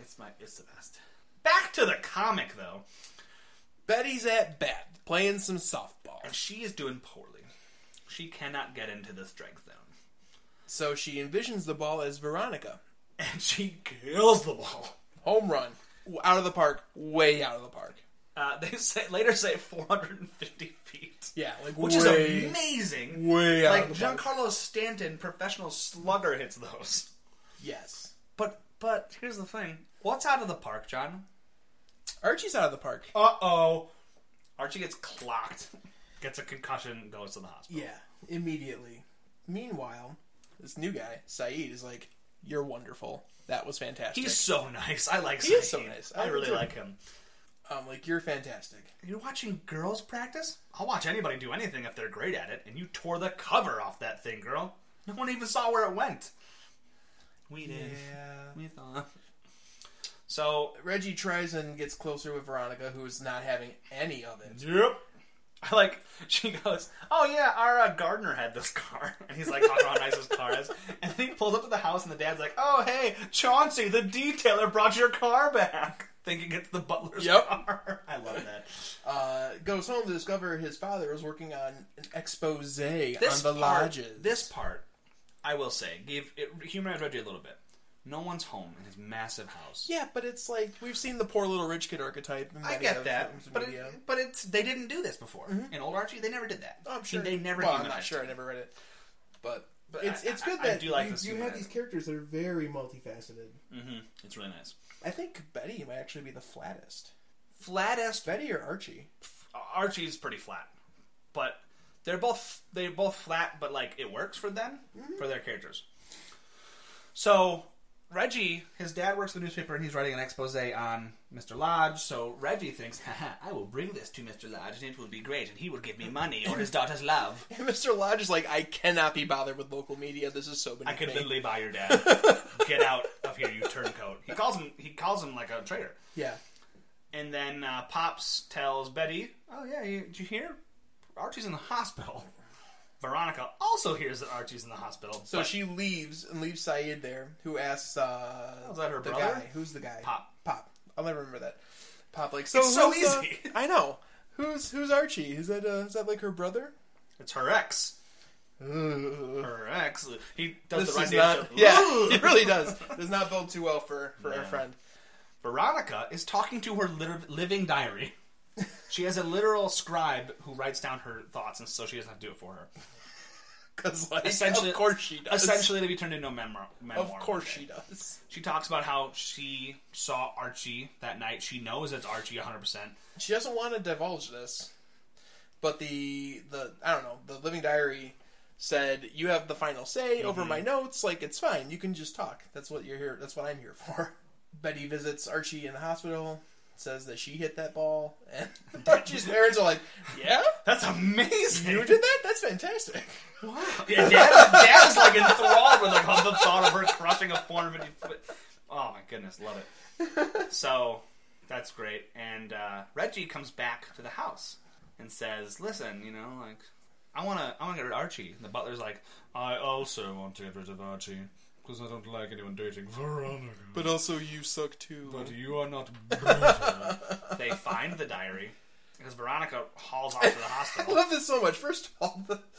It's my it's the best. Back to the comic though,
Betty's at bat playing some softball.
and she is doing poorly. She cannot get into the strike zone,
So she envisions the ball as Veronica.
and she kills the ball.
Home run. W- Out of the park. Way out of the park.
Uh, they say later say 450 feet.
Yeah, like
which
way,
is amazing.
Way out
Like
of the park.
Giancarlo Stanton, professional slugger, hits those.
Yes.
But but here's the thing: what's out of the park, John?
Archie's out of the park.
Uh oh. Archie gets clocked, gets a concussion, goes to the hospital.
Yeah, immediately. Meanwhile, this new guy, Saeed, is like, "You're wonderful. That was fantastic.
He's so nice. I like.
He is
Saeed.
so nice.
I,
I do
really
too.
like him.
um, like you're fantastic."
You're watching girls practice. I'll watch anybody do anything if they're great at it. And you tore the cover off that thing, girl. No one even saw where it went. We did. We thought. So
Reggie tries and gets closer with Veronica, who is not having any of it.
Yep. I like, she goes, Oh, yeah, our uh, gardener had this car. And he's like, talking about how nice his car is. And then he pulls up to the house, and the dad's like, Oh, hey, Chauncey, the detailer brought your car back. Thinking it's the butler's
Yep.
car. I love that.
Uh, goes home to discover his father is working on an expose
This
on the
part,
lodges.
This part, I will say, gave it humanized Reggie a little bit. No one's home in his massive house.
Yeah, but it's like we've seen the poor little rich kid archetype. In
I
many
get
other
that,
films and
but it,
media.
but it's they didn't do this before. In old Archie, they never did that.
Mm-hmm. Oh, I'm sure
they never.
Well, I'm not
humanized
sure.
him.
I never read it, but,
But
it's
I-
it's good
I- I
that
do like this
you, you have
humanizing.
these characters that are very multifaceted.
It's really nice.
I think Betty might actually be the flattest.
Flattest
Betty or Archie?
Archie's pretty flat, but they're both they're both flat, but like it works for them for their characters. So Reggie, his dad works the newspaper, and he's writing an expose on Mr. Lodge. So Reggie thinks, Haha, "I will bring this to Mr. Lodge, and it will be great, and he will give me money or his daughter's love.
Mr. Lodge is like, I cannot be bothered with local media. This is so beneath
I could
me."
literally buy your dad. Get out of here, you turncoat." He calls him. He calls him like a traitor.
Yeah.
And then uh, Pops tells Betty, "Oh yeah, you, did you hear? Archie's in the hospital." Veronica also hears that Archie's in the hospital.
So
but
she leaves and leaves Saeed there, who asks, uh,
was that her
the
brother?
guy. Who's the guy?
Pop.
Pop. I'll never remember that. Pop, like, so.
It's so
who's, uh,
easy.
I know. Who's who's Archie? Is that uh, is that like her brother?
it's her ex.
Ugh.
Her ex. He does
This
the right
is
dance.
not. Yeah, it really does. Does not build too well for for our
No.
friend.
Veronica is talking to her lit- living diary. She has a literal scribe who writes down her thoughts, and so she doesn't have to do it for her.
Because like,
Essentially-
of course she does.
Essentially, to be turned into a memoir. memoir
of course
one day.
she does.
She talks about how she saw Archie that night. She knows it's Archie 100. percent
She doesn't want to divulge this, but the the I don't know the living diary said you have the final say over my notes. Like it's fine, you can just talk. That's what you're here. That's what I'm here for. Betty visits Archie in the hospital. Says that she hit that ball, and Archie's parents are like, "Yeah,
That's amazing.
you did that. That's fantastic."
Yeah, dad, dad is like enthralled with like the thought of her crushing a 450 foot. Oh my goodness, love it. So that's great. And uh, Reggie comes back to the house and says, "Listen, you know, like I wanna, I wanna get rid of Archie." And the butler's like,
I also want to get rid of Archie because I don't like anyone dating Veronica.
But also, you suck too.
But you are not brutal.
"They find the diary because Veronica hauls off to the
I
hospital."
love this so much. First of all, the,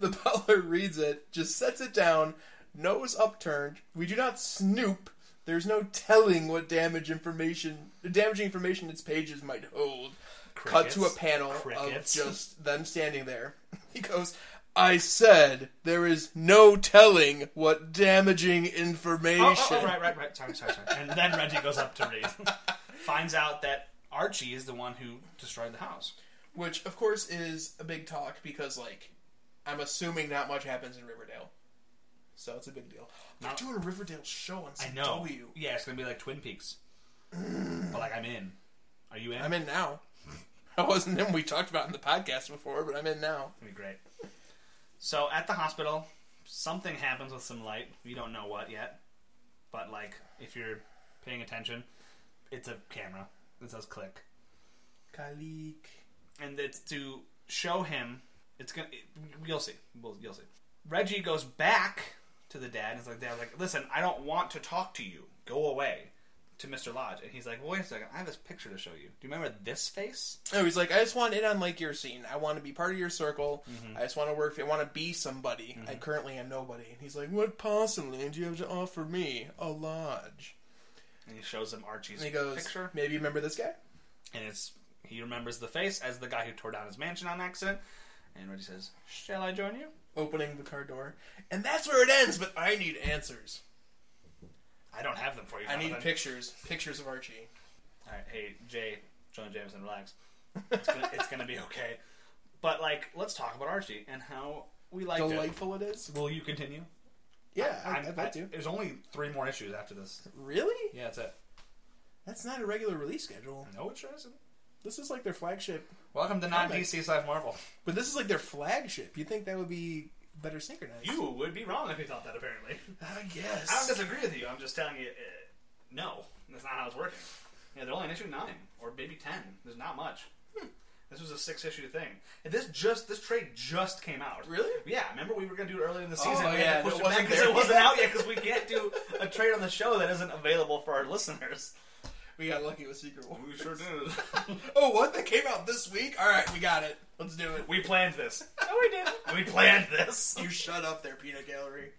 The butler reads it, just sets it down, nose upturned. We do not snoop. There's no telling what damage information, damaging information its pages might hold. Cut to a
Crickets.
panel
Crickets.
of just them standing there. He goes, "I said there is no telling what damaging information."
Oh, oh, oh, right, right, right. Sorry, sorry, sorry. And then Reggie goes up to read. Finds out that Archie is the one who destroyed the house.
Which, of course, is a big talk because, like, I'm assuming not much happens in Riverdale. So it's a big deal. They're
Not-
doing a Riverdale show on CW.
I know. Yeah, it's gonna be like Twin Peaks. but like, I'm in. Are you in?
I'm in now. I wasn't in. We talked about it in the podcast before, but I'm in now.
It'd be great. So at the hospital, something happens with some light. We don't know what yet, but like if you're paying attention, it's a camera. It says click,
Kalik.
and it's to show him. It's gonna. It, you'll see. We'll, you'll see. Reggie goes back to the dad and is like, "Dad's like, listen, I don't want to talk to you. Go away." To Mr. Lodge, and he's like, well, "Wait a second, I have this picture to show you. Do you remember this face?"
Oh, he's like, I just want in on like your scene. I want to be part of your circle.
Mm-hmm.
I just want to work. I want to be somebody. I currently am nobody. And he's like, What possibly do you have to offer me? A lodge.
And he shows him Archie's
And he goes,
picture.
Maybe you remember this guy?
and it's he remembers the face as the guy who tore down his mansion on accident. And Reggie says, "Shall I join you?"
Opening the car door. And that's where it ends. But I need answers.
I don't have them for you.
I need
Jonathan.
pictures. Pictures of Archie.
All right, hey Jay, Jonah Jameson, relax. It's gonna, it's gonna be okay. But like, let's talk about Archie and how we liked it.
Delightful it is.
Will you continue?
Yeah, I,
I'm-
I, bet you.
There's only three more issues after this.
Really?
Yeah, that's it.
That's not a regular release schedule.
No, it sure isn't.
This is like their flagship.
Welcome to non DC slash Marvel.
But this is like their flagship. You'd think that would be better synchronized.
You would be wrong if you thought that. Apparently,
I
I don't
guess.
disagree with you. I'm just telling you, uh, no, that's not how it's working. Yeah, they're only in issue nine or maybe ten. There's not much. Hmm. This was a six issue thing. And this just this trade just came out.
Really? Oh,
Yeah. Remember we were gonna do it earlier in the season.
yeah,
we had
and it
to push it
wasn't
because
there
it wasn't
yet.
out yet because we can't do a trade on the show that isn't available for our listeners.
We got lucky with Secret War.
We sure did.
Oh, what? That came out this week? All right, we got it. Let's do it.
we planned this. No, we didn't. We planned this.
You shut up there, Peanut Gallery.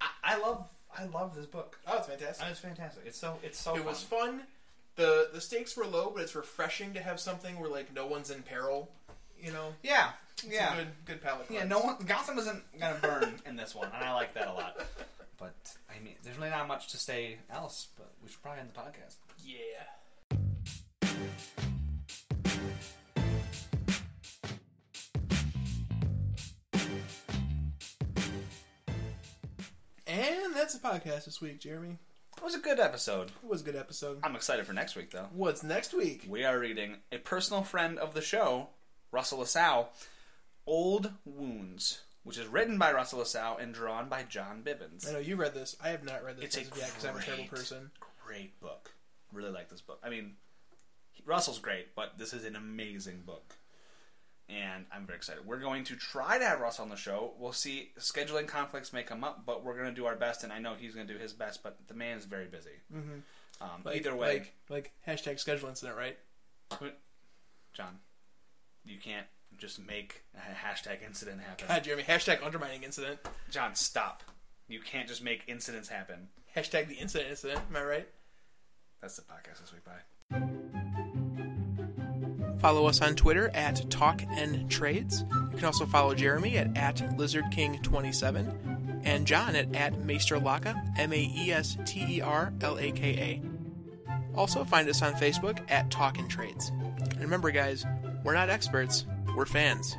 I, I love I love this book.
Oh, it's fantastic.
It's fantastic. It's so it's so
It
fun.
was fun. The the stakes were low, but it's refreshing to have something where like no one's in peril. You know?
yeah.
It's a
yeah.
good good palate.
Yeah,
cleanse.
no one. Gotham isn't gonna burn in this one, and I like that a lot. But I mean, there's really not much to say else. But we should probably end the podcast.
Yeah. And that's a podcast this week, Jeremy.
It was a good episode.
It was a good episode.
I'm excited for next week, though.
What's next week?
We are reading a personal friend of the show, Russell LaSalle, "Old Wounds," which is written by Russell LaSalle and drawn by John
I
Bibbins.
know you read this. I have not read this
It's a
as of yet because I'm a terrible
great-
person.
Great book. Really like this book. I mean, Russell's great, but this is an amazing book. And I'm very excited. We're going to try to have Russell on the show. We'll see. Scheduling conflicts may come up, but we're going to do our best. And I know he's going to do his best, but the man is very busy. Mm-hmm. Um, either way,
like, like hashtag schedule incident, right?
John, you can't just make a hashtag incident happen.
Ah, Jeremy, hashtag undermining incident,
John, stop. You can't just make incidents happen.
hashtag the incident incident. Am I right?
That's the podcast this week. Bye.
Follow us on Twitter at Talk and Trades. You can also follow Jeremy at, at LizardKing27 and John at, at MaesterLaka, M A E S T E R L A K A. Also, find us on Facebook at Talk and Trades. And remember, guys, we're not experts, we're fans.